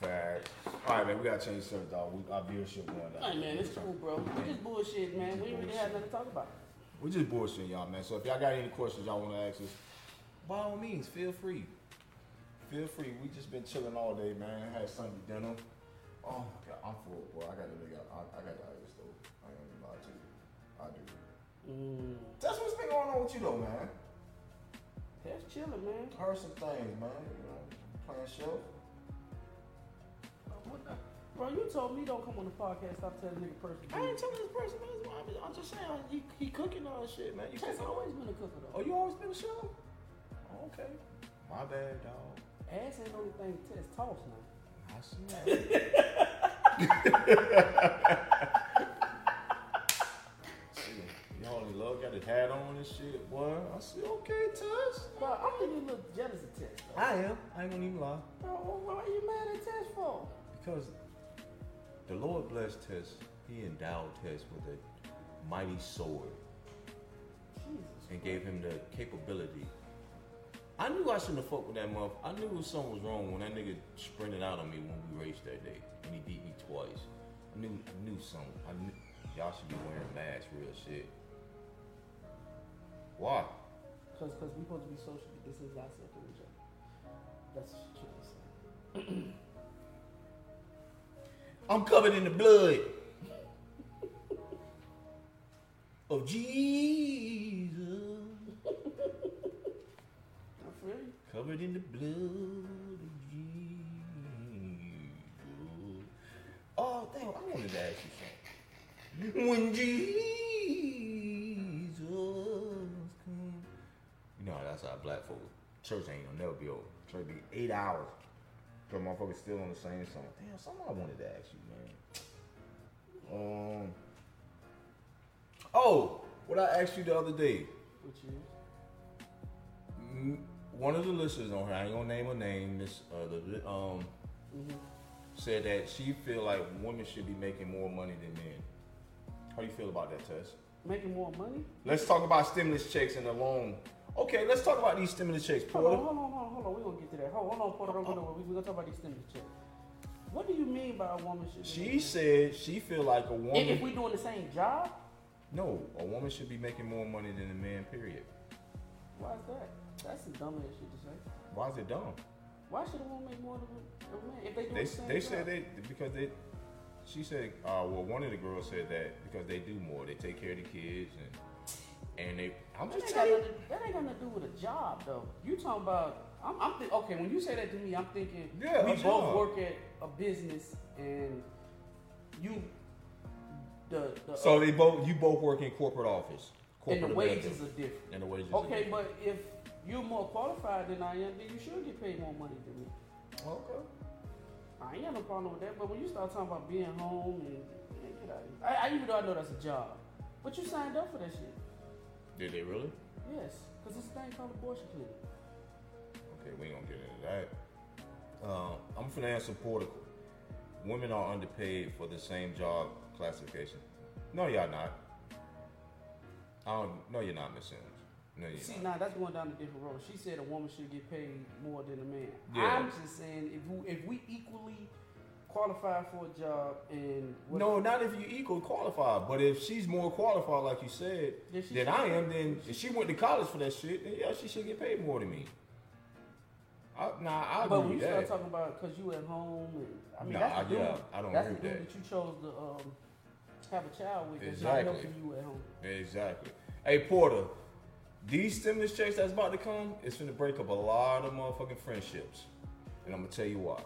S2: Facts. All right, man. We gotta change the subject, dog. We, our viewership going down.
S1: hey man, it's cool, bro. We just bullshit, man. We ain't really have nothing to talk about.
S2: We just bullshitting y'all, man. So if y'all got any questions y'all want to ask us, by all means, feel free. Feel free. We just been chilling all day, man. Had Sunday dinner. Oh my god, I'm full, boy. I gotta make out. I, I gotta out this though. I ain't gonna lie to you. I do.
S1: Mm,
S2: That's what's been going on with you though, man.
S1: That's chilling, man.
S2: Heard some things, man. You know, playing show.
S1: What the- Bro, you told me don't come on the podcast. Stop telling nigga person.
S2: I ain't telling this person, man. That's why I be- I'm just saying, he, he cooking all this shit, man. You
S1: That's
S2: cooking all
S1: always been a cooker
S2: Oh,
S1: though.
S2: you always been a show? Oh, okay. My bad, dog.
S1: Ass ain't the only thing Tess toss now.
S2: I see that. See, Y'all in love got his hat on and shit, boy. I said, okay, Tess.
S1: Bro, I'm getting a little jealous of Tess. though.
S2: I am. I ain't gonna even lie.
S1: Bro, what are you mad at Tess for?
S2: Because the Lord blessed Tess, he endowed Tess with a mighty sword
S1: Jesus.
S2: and gave him the capability. I knew I shouldn't have fucked with that muff. I knew something was wrong when that nigga sprinted out on me when we raced that day. And he beat me twice. I knew I knew something. I knew y'all should be wearing masks, real shit. Why?
S1: Cause, cause we supposed to be socially distanced ourselves from each other. That's what she was saying.
S2: I'm covered in the blood of Jesus.
S1: I feel you.
S2: Covered covered in the blood of Jesus. Oh, damn, I wanted to ask you something. When Jesus comes. You know, that's how black folk. Church ain't gonna never be over. Church be eight hours. So motherfuckers still on the same song. Damn, something I wanted to ask you, man. Um. Oh, what I asked you the other day.
S1: Which is
S2: One of the listeners on here, I ain't gonna name her name, Miss uh, the, um,
S1: Mm-hmm.
S2: said that she feel like women should be making more money than men. How you feel about that, Tess?
S1: making more money.
S2: Let's talk about stimulus checks and the loan. Okay, let's talk about these stimulus checks,
S1: Hold on,
S2: Porter.
S1: hold on, hold on, hold on. We're gonna get to that. Hold on, hold on, Porter. Don't go nowhere. We're gonna talk about these stimulus checks. What do you mean by a woman should? be
S2: She
S1: making-
S2: said she feel like a
S1: If, if
S2: woman.
S1: we doing the same job,
S2: no, a woman should be making more money than a man. Period.
S1: why is that? That's the dumbest shit to say.
S2: Why is it dumb?
S1: Why should a woman make more than a- a man if they do
S2: They
S1: the same
S2: they
S1: job?
S2: said they because they. She said, uh, well, one of the girls said that because they do more. They take care of the kids and and they. I'm
S1: That
S2: just
S1: ain't, got
S2: telling. you.
S1: nothing, that ain't got nothing to do with a job, though. You talking about? I'm, I'm think, okay. When you say that to me, I'm thinking
S2: Yeah,
S1: we
S2: a
S1: both
S2: job.
S1: work at a business, and you the, the
S2: So they both you both work in corporate office.
S1: and
S2: Corporate
S1: the wages
S2: America.
S1: are different.
S2: And the wages. are
S1: Okay,
S2: different.
S1: but if you're more qualified than I am, then you should get paid more money than me.
S2: okay.
S1: I ain't got no problem with that. But when you start talking about being home and man, get out of here. I, I even though I know that's a job, but you signed up for that shit.
S2: Did they really?
S1: Yes, because this thing called abortion clinic.
S2: Okay, we ain't gonna get into that. Um, I'm finance supporter. Women are underpaid for the same job classification. No, y'all not. I don't. No, you're not, Miss Sims. No, you're
S1: See,
S2: not.
S1: now that's going down a different road. She said a woman should get paid more than a man.
S2: Yeah.
S1: I'm just saying if we, if we equally qualify for a job and what-
S2: No, not if you equal qualified. But if she's more qualified, like you said,
S1: Then she
S2: than
S1: should
S2: I
S1: get-
S2: am, then if she went to college for that shit, then yeah, she should get paid more than me. I, nah, I agree
S1: But when
S2: with
S1: you
S2: that.
S1: start talking about because you at home, and, I mean
S2: Nah,
S1: that's the
S2: I-
S1: dude.
S2: yeah, I don't
S1: that's
S2: agree
S1: the
S2: with
S1: dude you
S2: that.
S1: chose to um, have a child with. That's not
S2: Exactly.
S1: helping you at home.
S2: Exactly. Hey Porter, these stimulus checks that's about to come, it's gonna break up a lot of motherfucking friendships, and I'm gonna tell you why.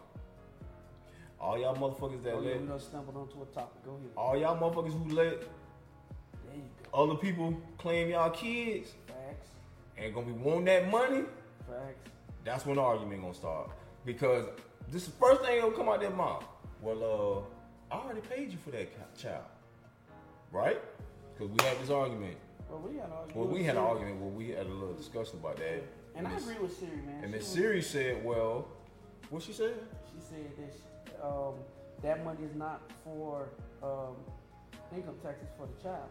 S2: All y'all motherfuckers that
S1: Oh, yeah,
S2: let,
S1: we done stumbled onto a topic. Go ahead.
S2: all y'all motherfuckers who let
S1: There you go.
S2: other people claim y'all kids
S1: Facts.
S2: ain't gonna be wanting that money.
S1: Facts.
S2: That's when the argument gonna start because this is the first thing gonna come out their mouth. Well, uh, I already paid you for that co- child, right? Because we had this argument.
S1: Well, we had an argument.
S2: Well, we had an
S1: Siri.
S2: argument where we had a little discussion about that.
S1: And I
S2: Miss-
S1: agree with Siri, man.
S2: And
S1: She
S2: Miss
S1: was-
S2: Siri said, "Well, what she said?
S1: She said that she, um, that money is not for um, income taxes for the child.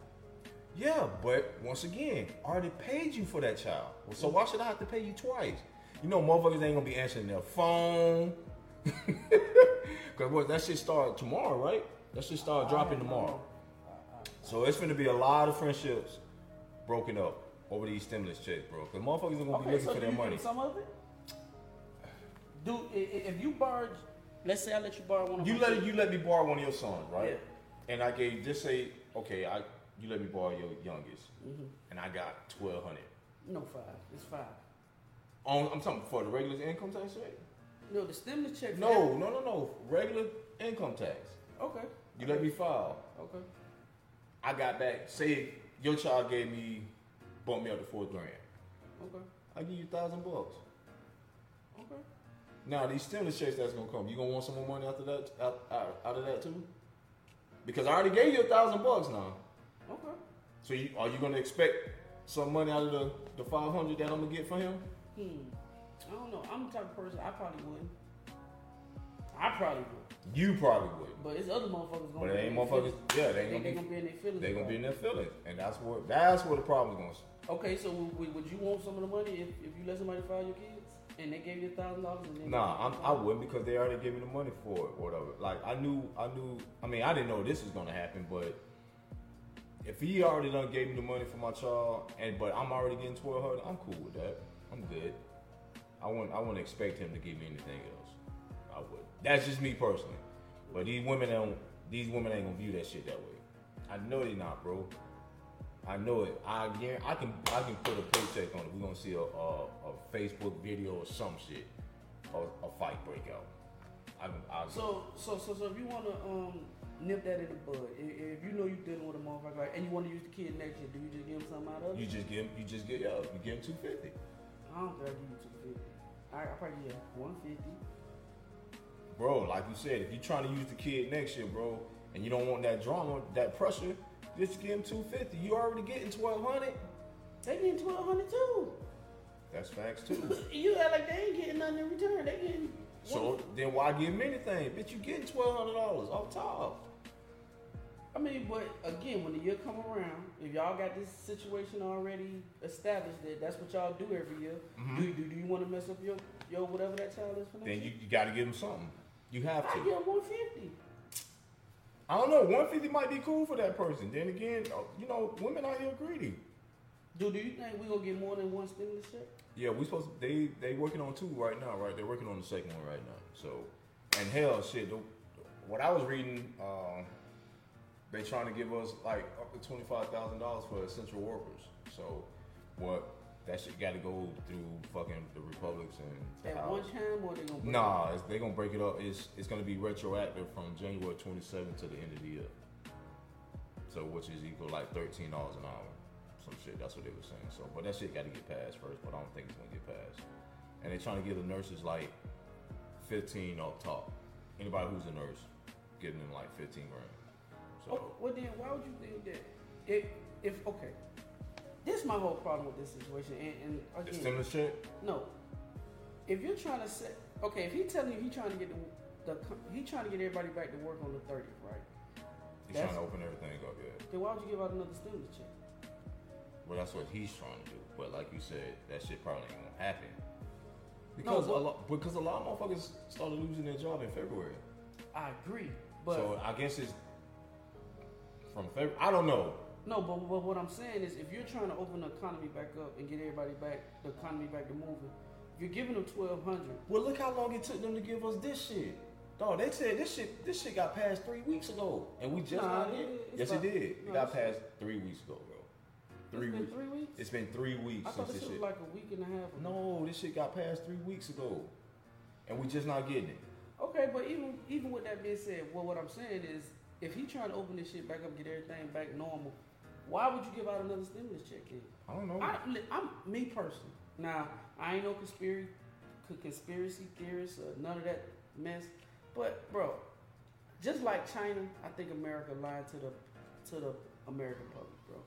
S2: Yeah, but once again, I already paid you for that child. Well, so why should I have to pay you twice? You know, motherfuckers ain't gonna be answering their phone. Cause what that shit start tomorrow, right? That shit start dropping tomorrow. So it's gonna be a lot of friendships broken up over these stimulus checks, bro. Cause motherfuckers are gonna be
S1: Okay,
S2: looking
S1: so
S2: for
S1: do
S2: their
S1: you
S2: money.
S1: give some of it? Do i- i- if you borrowed, let's say I let you borrow one of
S2: You
S1: my
S2: let
S1: kids.
S2: you let me borrow one of your sons, right? And I gave just say, okay, I you let me borrow your youngest,
S1: Mm-hmm.
S2: and I got twelve hundred.
S1: no five, it's five.
S2: On I'm talking for the regular income tax rate.
S1: No, the stimulus check.
S2: No, no, no, no, regular income tax.
S1: Okay.
S2: You let me file.
S1: Okay.
S2: I got back. Say your child gave me, bumped me up to four grand.
S1: Okay.
S2: I give you a thousand bucks.
S1: Okay.
S2: Now these stimulus checks that's gonna come. You gonna want some more money after that? Out, out, out of that too? Because I already gave you a thousand bucks now.
S1: Okay.
S2: So you, are you gonna expect some money out of the, the five hundred that I'm gonna get for him?
S1: Hmm. I don't know. I'm the type of person I probably wouldn't. I probably would,
S2: You probably wouldn't.
S1: but it's other motherfuckers gonna. be
S2: But it ain't
S1: in their
S2: motherfuckers.
S1: feelings.
S2: Yeah, they
S1: They,
S2: ain't
S1: they
S2: gonna
S1: gonna be
S2: be.
S1: in their feelings.
S2: They gonna
S1: about
S2: be
S1: it.
S2: in their feelings, and that's where that's where the problem's gonna.
S1: Okay, so would, would you want some of the money if, if you let somebody file your kids and they gave you a thousand dollars and then
S2: Nah, I'm, I wouldn't because they already gave me the money for it, whatever. Like I knew, I knew. I mean, I didn't know this was gonna happen, but if he already done gave me the money for my child, and but I'm already getting twelve hundred, I'm cool with that. I'm good. I wouldn't, I wouldn't expect him to give me anything else. I would. That's just me personally. But these women don't. These women ain't gonna view that shit that way. I know they not, bro. I know it. I guarantee, I can I can put a paycheck on it. We're gonna see a, a, a Facebook video or some shit, or a fight breakout. I, I,
S1: So, so, so, so if you want to um, nip that in the bud, i- if, you know you're dealing with a motherfucker like- and you want to use the kid next year, do you just give him something out of it?
S2: you just give you just get yo, you give him two fifty.
S1: I don't think I give you two fifty. I I probably give one fifty.
S2: Bro, like you said, if you're trying to use the kid next year, bro, and you don't want that drama, that pressure, just give him 250. You already getting 1200.
S1: They getting twelve hundred too.
S2: That's facts too.
S1: You act like they ain't getting nothing in return. They getting
S2: so then why give him anything? Bitch, you getting $1200 off top.
S1: I mean, but again, when the year come around, if y'all got this situation already established that that's what y'all do every year, do, do, do you want to mess up your your whatever that child is for next
S2: Mm-hmm. Then you,
S1: year?
S2: you gotta give him something. You have
S1: I
S2: to.
S1: give one fifty.
S2: I don't know, 150 might be cool for that person. Then again, uh, you know, women out here greedy.
S1: Do do you think we gonna get more than one stimulus check?
S2: Yeah, we supposed to, they they working on two right now, right? They're working on the second one right now. So, and hell, shit, the, what I was reading, um, they trying to give us like up to twenty five thousand dollars for essential workers. So, what that shit got to go through fucking the Republics and the
S1: At one
S2: House.
S1: time, or they gonna break
S2: Nah, it's, they gonna break it up. It's it's gonna be retroactive from January twenty seventh to the end of the year. So, which is equal like thirteen dollars an hour, some shit. That's what they were saying. So, but that shit got to get passed first. But I don't think it's gonna get passed. And they're trying to give the nurses like fifteen off top. Anybody who's a nurse, giving them like fifteen grand.
S1: Oh,
S2: So,
S1: well then, why would you think that? If, if okay, this is my whole problem with this situation. And, and
S2: the
S1: again,
S2: stimulus shit.
S1: no. If you're trying to set, okay, if he telling you he trying to get the, the co- he trying to get everybody back to work on the thirtieth, right?
S2: He's
S1: That's-
S2: trying to open everything up. Yeah,
S1: Then why would you give out another stimulus check?
S2: well, that's what he's trying to do. But like you said, that shit probably ain't gonna happen.
S1: No,
S2: Because a
S1: but-
S2: lot, because a lot of motherfuckers started losing their job in February.
S1: I agree, but
S2: so I guess it's from February. I don't know.
S1: no, but, but what I'm saying is, if you're trying to open the economy back up and get everybody back, the economy back to moving, if you're giving them twelve hundred.
S2: Well, look how long it took them to give us this shit. Dog, they said this shit. This shit got passed three weeks ago, and we just
S1: Nah,
S2: not
S1: it-
S2: in.
S1: it's
S2: Yes, it
S1: about-
S2: did.
S1: no,
S2: it got
S1: it's-
S2: passed three weeks ago, bro. 3
S1: been
S2: weeks.
S1: three weeks?
S2: It's been three weeks
S1: I
S2: since
S1: thought
S2: this
S1: this was
S2: shit.
S1: like a week and a half. ago.
S2: no, this shit got passed three weeks ago, and we just not getting it.
S1: Okay, but even even with that being said, well, what I'm saying is, if he trying to open this shit back up, get everything back normal, why would you give out another stimulus check? Kid?
S2: I don't know.
S1: I, li- I'm me personally. Now I ain't no conspiracy conspiracy theorist or none of that mess, but bro, just like China, I think America lied to the to the American public, bro.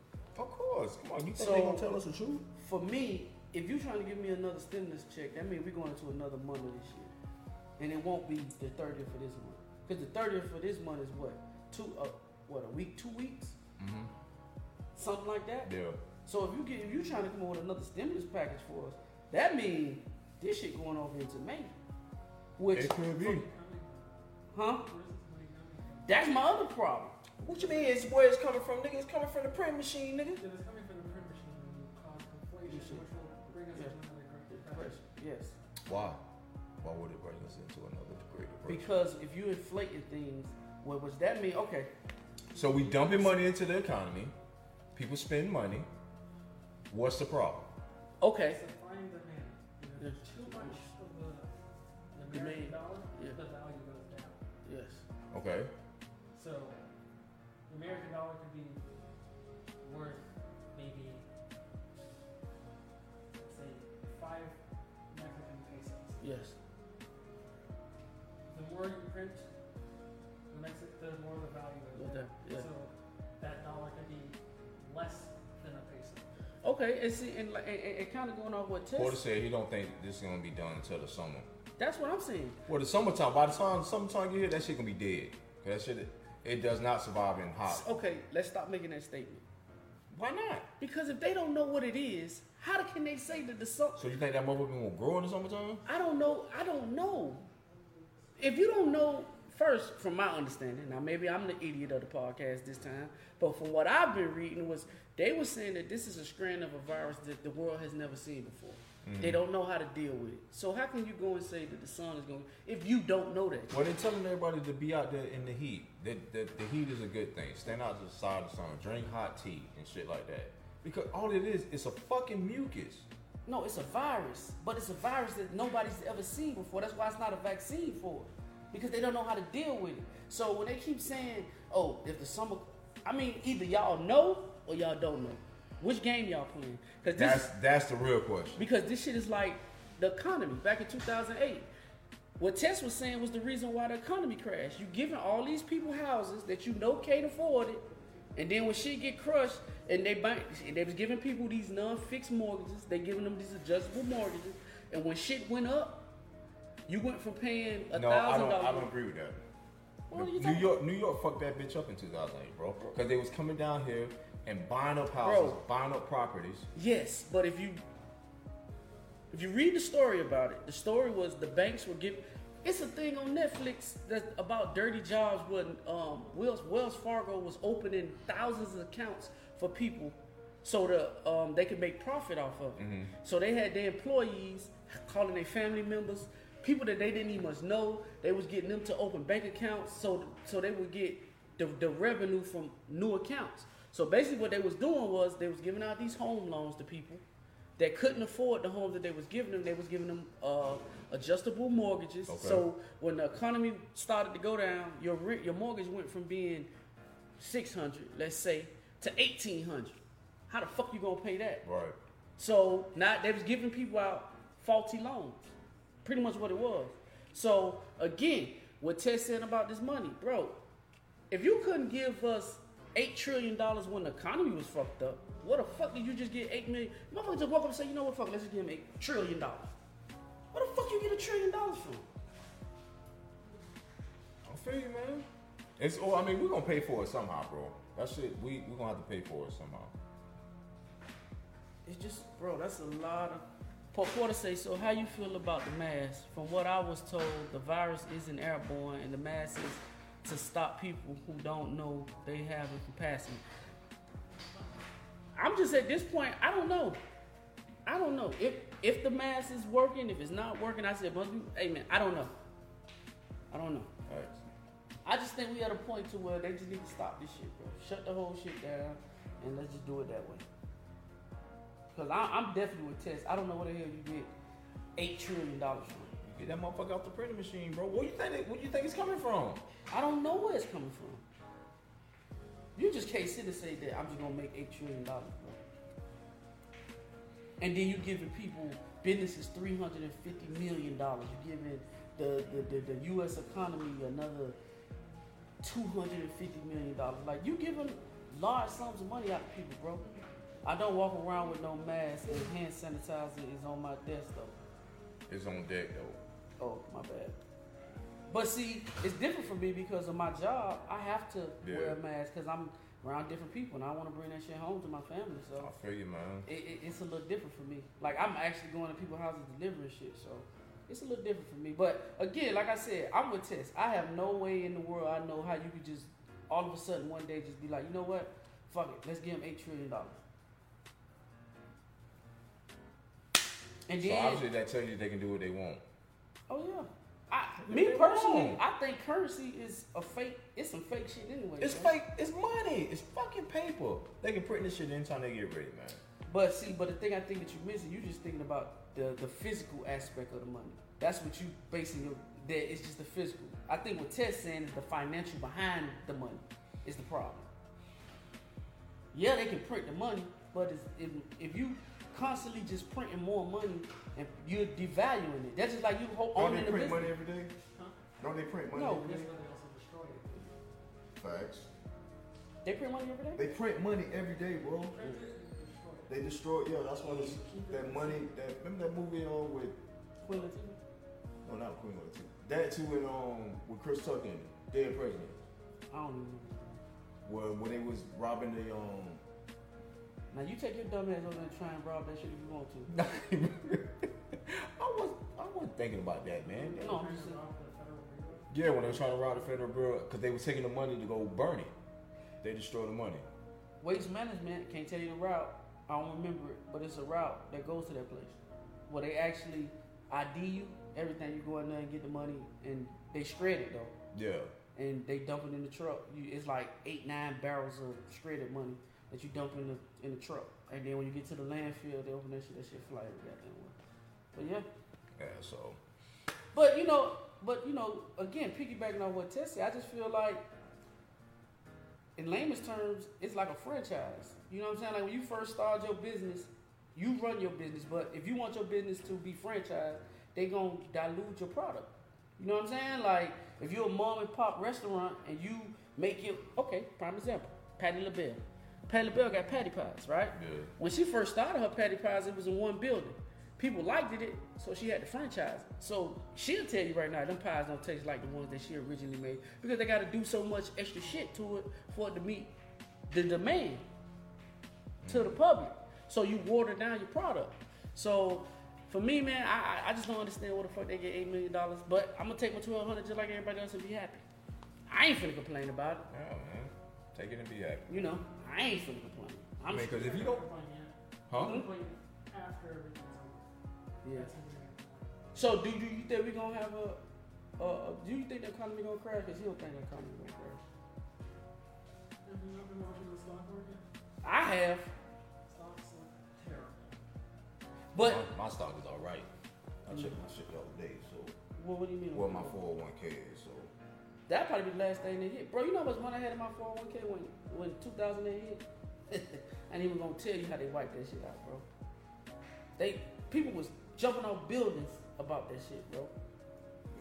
S2: of course. Come on, you think
S1: So-
S2: they gonna tell us the truth?
S1: For me, if you're trying to give me another stimulus check, that means we're going into another month of this year, and it won't be the 30th for this month. Because the 30th for this month is what two uh, what a week, two weeks, something like that.
S2: Yeah.
S1: So if you get if you trying to come up with another stimulus package for us, that means this shit going over into May, which
S2: It could be.
S1: huh? That's my other problem. What you mean? It's where it's coming from, nigga. It's coming from the print machine, nigga.
S8: If it's coming from the print machine, it will cause
S1: Yes, sir.
S8: inflation, which will bring us
S1: Yes.
S8: another great depression.
S1: Depression. Yes.
S2: Why? Why would it bring us into another great depression?
S1: Because if you inflating things, what was that mean? Okay,
S2: So we dumping money into the economy. People spend money. What's the problem?
S1: okay,
S8: Supply and demand. When there's
S1: Yes.
S8: too much of the the
S1: Demand.
S8: American dollar,
S1: Yeah.
S8: the value goes down.
S1: yes,
S2: Okay.
S8: So the American dollar could be worth maybe say five Mexican pesos.
S1: yes.
S8: The more you print, the, Mexi- the more the value
S1: Yeah,
S8: goes down.
S1: yeah.
S8: So that dollar could be less than a peso.
S1: Okay, and see, and, like- and, kind of going off what
S2: Porter
S1: Tess.
S2: said he don't think this is gonna be done until the summer.
S1: That's what I'm saying.
S2: Well, the summertime. By the time summertime get here, that shit gonna be dead. 'Cause That shit, it does not survive in hot.
S1: Okay, let's stop making that statement.
S2: Why not?
S1: Because if they don't know what it is, how can they say that the sum?
S2: So you think that motherfucker gonna grow in the summertime?
S1: I don't know. I don't know. If you don't know, first, from my understanding, now maybe I'm the idiot of the podcast this time, but from what I've been reading was they were saying that this is a strand of a virus that the world has never seen before. They don't know how to deal with it. So how can you go and say that the sun is going to, if you don't know that?
S2: Well, they're telling everybody to be out there in the heat. The, the, the heat is a good thing. Stand out to the side of the sun. Drink hot tea and shit like that. Because all it is, it's a fucking mucus.
S1: No, it's a virus, but it's a virus that nobody's ever seen before. That's why it's not a vaccine for it, because they don't know how to deal with it. So when they keep saying, "Oh, if the summer," I mean, either y'all know or y'all don't know. Which game y'all playing? Because this,
S2: That's that's the real question.
S1: because this shit is like the economy back in 2008. What Tess was saying was the reason why the economy crashed. You giving all these people houses that you know can't afford it, and then when shit get crushed, and they bank, and they was giving people these non-fixed mortgages, they giving them these adjustable mortgages, and when shit went up, you went from paying a
S2: No, I
S1: thousand
S2: don't. I
S1: dollars.
S2: don't agree with that.
S1: What are you
S2: New
S1: talking-
S2: York, New York fucked that bitch up in 2008, bro. Because they was coming down here and buying up houses,
S1: Bro.
S2: buying up properties.
S1: Yes, but if you if you read the story about it, the story was the banks were giving. It's a thing on Netflix that's about dirty jobs when um, Wells Wells Fargo was opening thousands of accounts for people so that um, they could make profit off of it. So they had their employees calling their family members, people that they didn't even much know. They was getting them to open bank accounts so so they would get the, the revenue from new accounts. So basically, what they was doing was they was giving out these home loans to people that couldn't afford the homes that they was giving them. They was giving them uh, adjustable mortgages. So when the economy started to go down, your rent, your mortgage went from being six hundred, let's say, to eighteen hundred. How the fuck you gonna pay that?
S2: Right.
S1: So now they was giving people out faulty loans. Pretty much what it was. So again, what Ted said about this money, bro, if you couldn't give us eight trillion dollars when the economy was fucked up, what the fuck did you just get eight million? Motherfucker just woke up and say, you know what, fuck, let's just give him eight trillion dollars. What the fuck you get a trillion dollars from?
S2: I feel you, man. It's. Oh, I mean, we're gonna pay for it somehow, bro. That shit, we we gonna have to pay for it somehow.
S1: It's just, bro, that's a lot of. Paul Porter say, so how you feel about the mask? From what I was told, the virus isn't airborne, and the mask is to stop people who don't know they have it from passing. I'm just at this point, I don't know. I don't know if if the mask is working, if it's not working. I said, must be, hey man, I don't know. I don't know.
S2: Right.
S1: I just think we at a point to where they just need to stop this shit, bro. Shut the whole shit down, and let's just do it that way. Cause I, I'm definitely with Tess. I don't know what the hell you get eight trillion dollars from.
S2: Get that motherfucker off the printing machine, bro. What you think? It, what you think it's coming from?
S1: I don't know where it's coming from. You just can't sit and say that I'm just gonna make eight trillion dollars, bro. And then you giving people businesses three hundred and fifty million dollars. You giving the the, the the U.S. economy another two hundred and fifty million dollars. Like you giving large sums of money out to people, bro. I don't walk around with no mask and hand sanitizer is on my desk though.
S2: It's on deck though.
S1: Oh my bad. But see, it's different for me because of my job. I have to wear a
S2: Yeah.
S1: mask because I'm around different people and I want to bring that shit home to my family. So
S2: I feel you, man.
S1: it, it, it's a little different for me. Like I'm actually going to people's houses delivering shit, so it's a little different for me. But again, like I said, I'm with Tess. I have no way in the world I know how you could just all of a sudden one day just be like, you know what? Fuck it, let's give him eight trillion dollars. And
S2: So
S1: then,
S2: obviously, that tells you they can do what they want.
S1: oh yeah. I, me personally, I think currency is a fake. It's some fake shit anyway.
S2: It's
S1: bro.
S2: fake. It's money. It's fucking paper. They can print this shit anytime they get ready, man.
S1: But see, but the thing I think that you're missing, you're just thinking about the, the physical aspect of the money. That's what you basing your that it's just the physical. I think what Ted's saying is the financial behind the money is the problem. Yeah, they can print the money, but it's, if, if you constantly just printing more money and you're devaluing it, that's just like you ho-
S6: Don't
S1: owning
S6: they
S1: the
S6: print
S1: business.
S6: money every day? Don't they print money
S1: No,
S6: every day?
S8: But they also destroy it.
S6: Facts.
S1: they print money every day.
S6: They print money every day, bro. They destroy, yeah, that's why this, that money, that, remember that movie on with,
S1: Queen Latifah.
S6: no, not Queen Latifah. That too and um, with Chris Tucker, in it, dead president.
S1: I don't even. know.
S6: Where when they was robbing the um,
S1: Now you take your dumb ass over there and try and rob that shit if you want to.
S2: I was I wasn't thinking about that, man.
S1: No, I'm just saying.
S8: Oh. Off the federal reserve.
S6: Yeah, when they were trying to rob the federal bureau, because they were taking the money to go burn it. They destroyed the money.
S1: Waste management can't tell you the route. I don't remember it, but it's a route that goes to that place where they actually ID you, everything. You go in there and get the money, and they shred it though,
S6: Yeah.
S1: and they dump it in the truck. You, it's like eight nine barrels of shredded money that you dump in the in the truck, and then when you get to the landfill, they open that shit. That shit fly every goddamn way. But yeah.
S6: Yeah, so.
S1: But you know, but you know, again, piggybacking on what Tess said, I just feel like, in layman's terms, it's like a franchise. You know what I'm saying? Like when you first start your business, you run your business, but if you want your business to be franchised, they gonna dilute your product. You know what I'm saying? Like if you're a mom and pop restaurant and you make it, okay, prime example, Patty LaBelle. Patty LaBelle got patty pies, right?
S6: Yeah.
S1: When she first started her patty pies, it was in one building. People liked it, so she had to franchise. it. So she'll tell you right now, them pies don't taste like the ones that she originally made because they got to do so much extra shit to it for it to meet the demand to the public. So you water down your product. So for me, man, I, I- I just don't understand where the fuck they get eight million dollars. But I'm gonna take my twelve hundred just like everybody else and be happy. I ain't finna complain about it.
S6: Yeah, man. Take it and be happy.
S1: You know, I ain't finna complain.
S6: I
S1: I'm
S6: mean, because if you don't.
S1: Mm-hmm.
S6: Huh?
S8: Like, after everything's over.
S1: yeah.
S8: That's when we're gonna come out.
S1: So do you, you think we gonna have a? Uh, do you think the economy gonna crash? Cause he don't think the economy gonna crash.
S8: Have you not been watching the stock market?
S1: I have,
S8: Stocks look terrible.
S1: but
S6: My, my stock is all right. I checked my shit the other day, so.
S1: well, what do you mean?
S6: Well, my 401k is, so.
S1: That probably be the last thing they hit, bro. You know how much money I had in my 401k when when 2008 hit. I ain't even gonna tell you how they wiped that shit out, bro. They people was jumping on buildings about that shit, bro.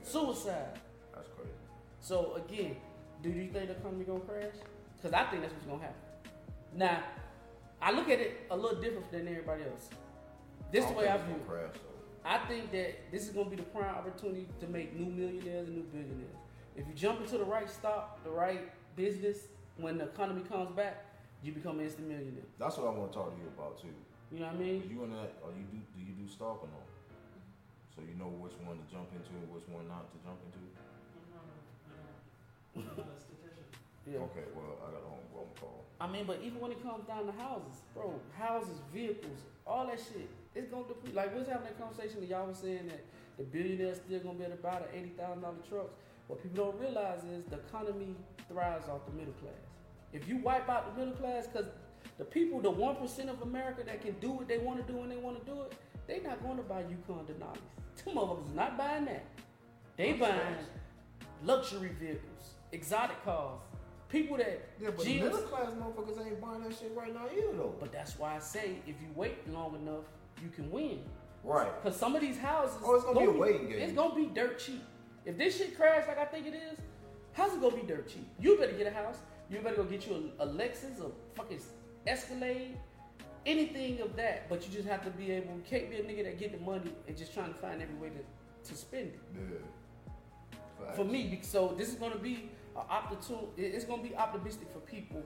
S1: Suicide.
S6: That's crazy.
S1: So again, do you think the economy gonna crash? Because I think that's what's gonna happen. Now, I look at it a little different than everybody else. This the
S6: don't
S1: way I
S6: think
S1: view
S6: it's
S1: it.
S6: gonna Crash, though.
S1: I think that this is going to be the prime opportunity to make new millionaires and new billionaires. If you jump into the right stock, the right business, when the economy comes back, you become an instant millionaire.
S6: That's what I want to talk to you about, too.
S1: You know what I
S6: Are
S1: mean?
S6: you in that? Or you do? Do you do stock or no? So you know which one to jump into and which one not to jump into.
S8: I'm not a, I'm not a statistician.
S1: Yeah.
S6: Okay, well I got a homegrown call.
S1: I mean, but even when it comes down to houses, bro, houses, vehicles, all that shit, it's going to depre- like what's having that conversation that y'all was saying that the billionaires still going to be able to buy the eighty thousand dollar trucks. What people don't realize is the economy thrives off the middle class. If you wipe out the middle class, because the people, the one percent of America that can do what they want to do when they want to do it, they not going to buy Yukon Denali's. Two motherfuckers not buying that. They buying luxury vehicles, exotic cars, people that Jeeps-
S6: class motherfuckers ain't buying that shit right now either though.
S1: but that's why I say if you wait long enough, you can win.
S6: Right.
S1: Cause some of these houses,
S6: Oh, it's gonna be a waiting game.
S1: It's gonna be dirt cheap. If this shit crash like I think it is, how's it gonna be dirt cheap? You better get a house. You better go get you a, a Lexus, a fucking Escalade, anything of that. But you just have to be able. You can't be a nigga that get the money and just trying to find every way to, to spend it
S6: Yeah.
S1: for me. be- So this is going to be an opportune. It's going to be optimistic for people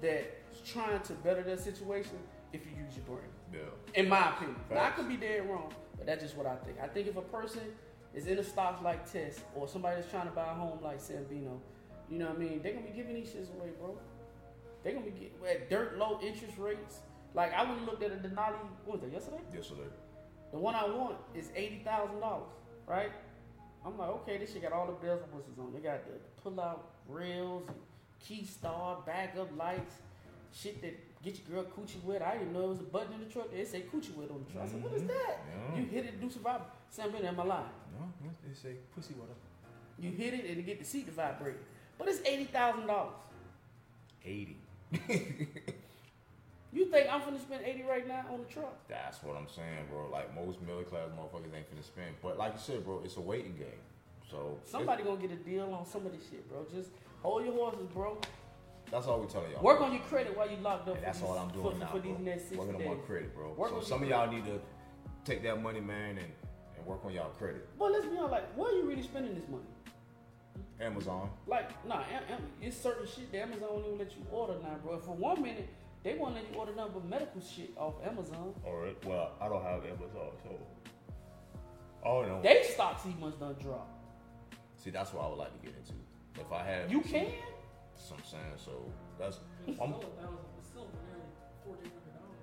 S1: that's trying to better their situation if you use your brain.
S6: Yeah.
S1: In my opinion, Now, I
S6: Facts.
S1: could be dead wrong, but that's just what I think. I think if a person is in a stock like Tess or somebody that's trying to buy a home like Sambino, you know what I mean? They're gonna be giving these shits away, bro. They're gonna be get, at dirt low interest rates. Like I went and looked at a Denali. What was that yesterday?
S6: Yes, sir.
S1: The one I want is eighty thousand dollars, right? I'm like, okay, this shit got all the bells and whistles on. They got the pull-out rails, and Keystar, backup lights, shit that get your girl coochie wet. I didn't know it was a button in the truck. It said coochie wet on the truck. I said, what is that?
S6: Yeah.
S1: You hit it, do some vibe. Sam Bennett, am I lying?
S6: No, they say pussy water.
S1: You hit it and it get the seat to vibrate. But it's eighty thousand dollars.
S6: Eighty.
S1: You think I'm finna spend eighty right now on the truck?
S6: That's what I'm saying, bro. Like most middle class motherfuckers ain't finna spend. But like you said, bro, it's a waiting game. So it's-
S1: Somebody gonna get a deal on some of this shit, bro. Just hold your horses, bro.
S6: That's all we telling y'all.
S1: Work on your credit while you locked up.
S6: And
S1: for
S6: that's
S1: these-
S6: all I'm
S1: for,
S6: doing now,
S1: for
S6: bro.
S1: these next six
S6: working
S1: days.
S6: on my credit, bro.
S1: Work
S6: so
S1: on
S6: some of
S1: your
S6: y'all need to take that money, man, and, and work on y'all credit.
S1: But let's be honest, like, where are you really spending this money?
S6: Amazon.
S1: Like, nah, Am- Am- it's certain shit that Amazon won't even let you order now, bro. For one minute, they won't let you order nothing but medical shit off Amazon.
S6: All right. Well, I don't have Amazon, so I don't know.
S1: They stocks even much done drop.
S2: See, that's what I would like to get into. If I had
S1: You can?
S2: some saying, so that's
S8: It's
S2: I'm
S8: still a thousand. It's still nearly fourteen hundred dollars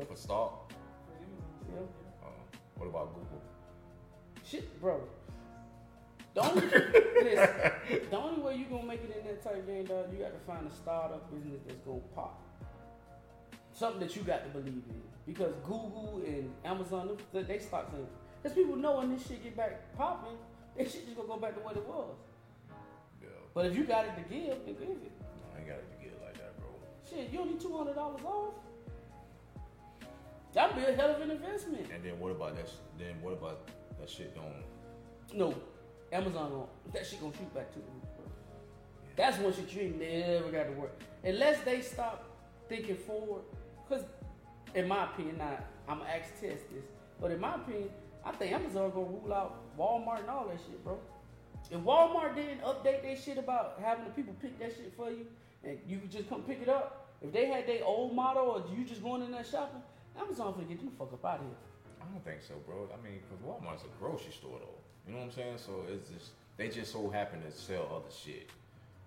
S1: Yeah.
S2: for stock.
S8: for Amazon.
S1: Yeah.
S2: Uh, what about Google?
S1: Shit, bro. The only, listen, the only way you gonna make it in that type of game, dog, you got to find a startup business that's gonna pop. Something that you got to believe in, because Google and Amazon, they, they stocks ain't. Because people know when this shit get back popping, this shit just gonna go back to what it was.
S2: Yeah,
S1: But if you got it to give, then give it.
S2: I ain't gotta get it like that, bro.
S1: Shit, you only two hundred dollars off. That'd be a hell of an investment.
S2: And then what about that? sh- Then what about that shit? Don't
S1: No, Amazon gonna that shit gonna shoot back to the roof. bro. That's one shit you ain't never got to work unless they stop thinking forward. Cause in my opinion, not I'm gonna ask test this, but in my opinion, I think Amazon gonna rule out Walmart and all that shit, bro. If Walmart didn't update their shit about having the people pick that shit for you and you could just come pick it up, if they had their old model or you just going in there shopping, Amazon gonna get you the fuck up out of here.
S2: I don't think so, bro. I mean, because Walmart's a grocery store, though. You know what I'm saying? So it's just they just so happen to sell other shit.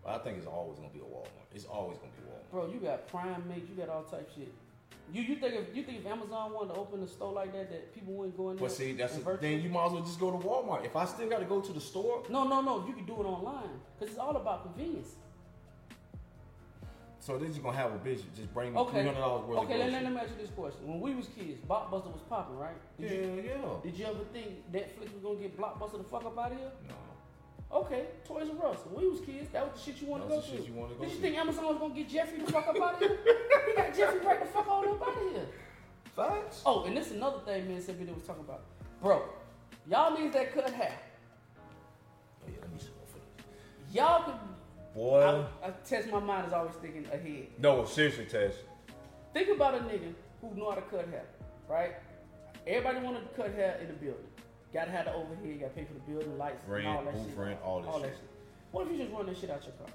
S2: But I think it's always gonna be a Walmart. It's always gonna be Walmart.
S1: Bro, you got prime mates, you got all type shit. You you think if you think if Amazon wanted to open a store like that that people wouldn't go in there?
S2: But see, that's
S1: and
S2: the
S1: purchase?
S2: thing. You might as well just go to Walmart. If I still got to go to the store,
S1: No, no, no. You can do it online because it's all about convenience.
S2: so they're just gonna have a bitch just bring me
S1: Okay.
S2: Mm, three hundred dollars worth
S1: okay,
S2: of
S1: let,
S2: groceries.
S1: let me ask you this question: When we was kids, Blockbuster was popping, right? Did you,
S2: Yeah, yeah.
S1: did you ever think Netflix was gonna get Blockbuster the fuck up out of here?
S2: No,
S1: Okay, Toys R Us. When we was kids, that was the shit you wanted
S2: That was
S1: to
S2: the
S1: go
S2: shit
S1: to.
S2: you wanted to go
S1: Did you
S2: to.
S1: think Amazon was gonna get Jeffrey the fuck up out of here? he got Jeffrey right the fuck on up out of here.
S2: facts.
S1: Oh, and this is another thing, man. Said was talking about, bro. Y'all needs that cut hair.
S2: Oh, yeah, let me see my foot.
S1: Y'all could.
S2: Boy,
S1: I, I test my mind is always thinking ahead.
S2: no, seriously, Tess.
S1: Think about a nigga who know how to cut hair, right? Everybody want to cut hair in the building. Got to have the overhead. Got to pay for the building lights, and
S2: Rent,
S1: all that
S2: roof
S1: shit.
S2: rent, all this shit.
S1: What if you just run this shit out your car?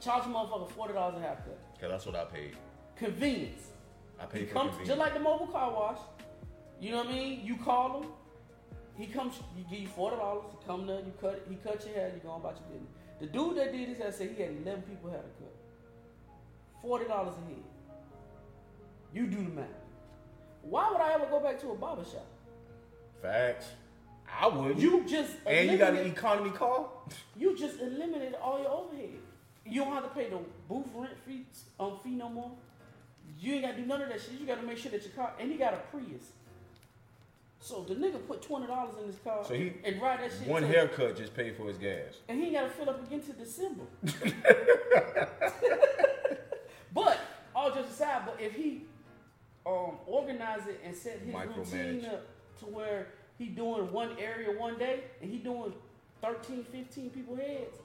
S1: Charge a motherfucker forty dollars a half cut.
S2: Cause that's what I paid.
S1: Convenience.
S2: I
S1: He
S2: paid for
S1: comes
S2: convenience.
S1: just like the mobile car wash. You know what I mean? You call him, he comes. You give you forty dollars. He come there, you cut. He cut your hair. You go on about your business. The dude that did this, I said he had eleven people had to cut. Forty dollars a head. You do the math. Why would I ever go back to a barber shop?
S2: Facts. I would.
S1: You just
S2: and you got an
S1: eliminate-
S2: economy car.
S1: You just eliminated all your overhead. You don't have to pay the booth rent fee, um, fee no more. You ain't got to do none of that shit. You got to make sure that your car, and he got a Prius. So the nigga put twenty dollars in his car
S2: So he-
S1: and ride that shit.
S2: One
S1: to-
S2: haircut just paid for his gas.
S1: and he ain't got to fill up again till December. but all jokes aside, but if he um organize it and set his routine
S2: Micromanage.
S1: up to where he doing one area one day and he doing 13, 15 people heads,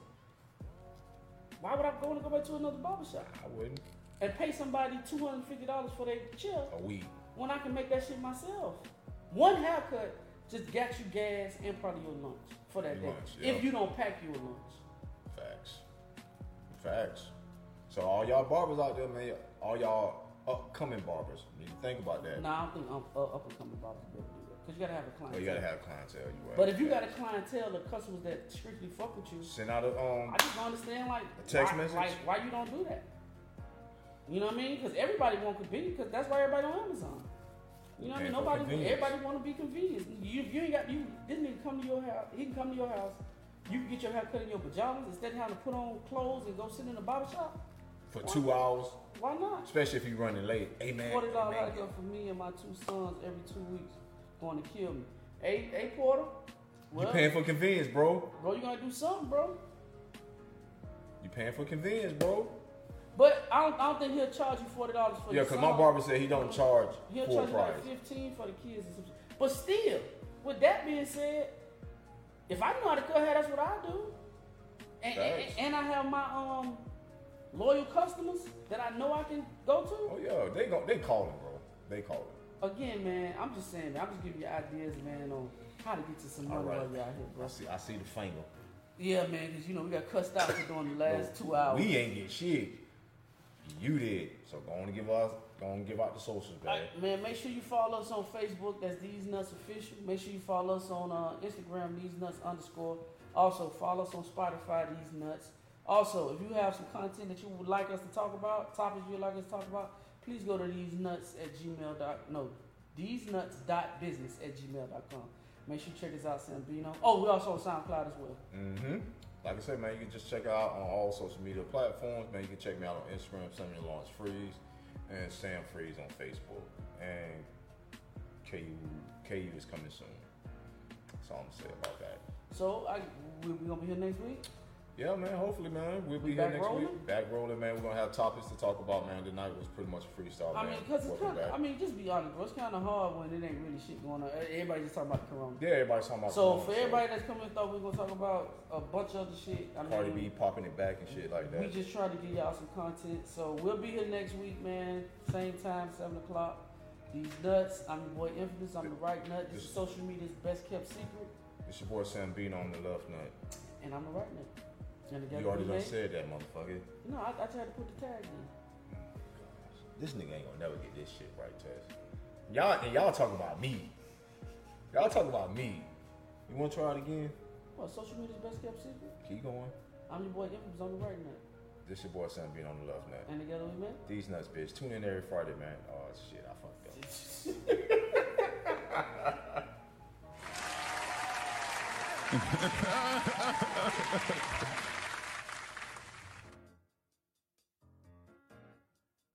S1: why would I go and go back to another barber shop
S2: I wouldn't.
S1: and pay somebody two hundred and fifty dollars for their chill
S2: A week.
S1: when I can make that shit myself? One haircut just got you gas and probably your lunch for that
S2: Your
S1: day.
S2: lunch, yeah.
S1: If you don't pack your lunch.
S2: Facts. Facts. So all y'all barbers out there, man, all y'all upcoming barbers, need to think about that.
S1: No, I don't think um, uh, up and coming barbers will be able to do that because you gotta have a
S2: Well,
S1: clientele.
S2: you gotta have clientele. You right.
S1: but if you got a clientele of customers that strictly fuck with you,
S2: send out a um,
S1: I just don't understand like
S2: A text
S1: why,
S2: message?
S1: like why you don't do that. You know what I mean? Because everybody want convenience. Because that's why everybody on Amazon. You know what I
S2: Yeah,
S1: mean?
S2: for
S1: Nobody,
S2: convenience.
S1: everybody want to be convenient. You, you ain't got you. This nigga come to your house. He can come to your house. You can get your hair cut in your pajamas instead of having to put on clothes and go sit in a barber shop.
S2: for two hours,
S1: Why not?
S2: especially if you're running late. Hey man,
S1: Forty dollars
S2: man,
S1: I get for me and my two sons every two weeks going to kill me. Hey, hey Porter.
S2: you
S1: Well,
S2: paying for convenience, bro.
S1: bro, you gotta do something, bro.
S2: You paying for convenience, bro.
S1: But I don't, I don't think he'll charge you forty dollars for
S2: Yeah,
S1: your
S2: cause my
S1: son.
S2: barber said he don't charge
S1: He'll
S2: full
S1: charge you
S2: price.
S1: like fifteen for the kids. And some, shit. but still, with that being said, if I know how to cut hair, that's what I do. And, and,
S2: Facts.
S1: and I have my um loyal customers that I know I can go to.
S2: Oh yeah, they go, they calling, bro. They calling.
S1: Again, man, I'm just saying, man, I'm just giving you ideas, man, on how to get to some
S2: All
S1: money
S2: right.
S1: while you're out here, bro.
S2: I see, I see the finger.
S1: Yeah, man, because you know we got cussed out for doing the last two hours.
S2: We ain't get shit. You did. So go on and give us, go on and give out the socials, baby.
S1: Like, man, make sure you follow us on Facebook. That's These Nuts Official. Make sure you follow us on uh, Instagram, These Nuts underscore. Also, follow us on Spotify, These Nuts. Also, if you have some content that you would like us to talk about, topics you'd like us to talk about, please go to these nuts at gmail dot no these nuts dot business at gmail.com. Make sure you check us out, Sambino. Oh, we also on SoundCloud as well.
S2: Mm-hmm. Like I said, man, you can just check it out on all social media platforms. Man, you can check me out on Instagram, Samuel Lawrence Freeze, and Sam Freeze on Facebook. And KU KU is coming soon. That's all I'm gonna say about that.
S1: So I we we gonna be here next week.
S2: Yeah, man. Hopefully, man, we'll
S1: We
S2: be here
S1: back
S2: next
S1: rolling?
S2: week. Back rolling, man. We're gonna have topics to talk about, man. Tonight was pretty much a freestyle.
S1: I
S2: man.
S1: mean, cause it's
S2: Welcome
S1: kind of,
S2: back.
S1: I mean, just be honest, bro. It's kind of hard when it ain't really shit going on. E, Everybody just talking about the corona.
S2: yeah, everybody's talking about.
S1: So
S2: Corona,
S1: for everybody that's coming, thought we are gonna talk about a bunch of other shit. I mean,
S2: Cardi B popping it back and shit like that.
S1: We just trying to give y'all some content. So we'll be here next week, man. Same time, seven o'clock. These nuts. I'm your boy Infamous. I'm the right nut. This is social media's best kept secret,
S2: It's your boy Sam Bino on the left nut.
S1: and I'm the right nut. And together
S2: You already
S1: we
S2: done
S1: make-
S2: said that, motherfucker.
S1: No, I, I tried to put the tag in.
S2: This nigga ain't gonna never get this shit right, Tess. Y'all and y'all talking about me. Y'all talking about me. You wanna try it again?
S1: What social media's best kept secret?
S2: Keep going.
S1: I'm your boy Infamous. I'm the right nut.
S2: This your boy Sam Bino on the left nut.
S1: And together we make.
S2: These nuts, bitch. Tune in every Friday, man. Oh shit, I fucked up.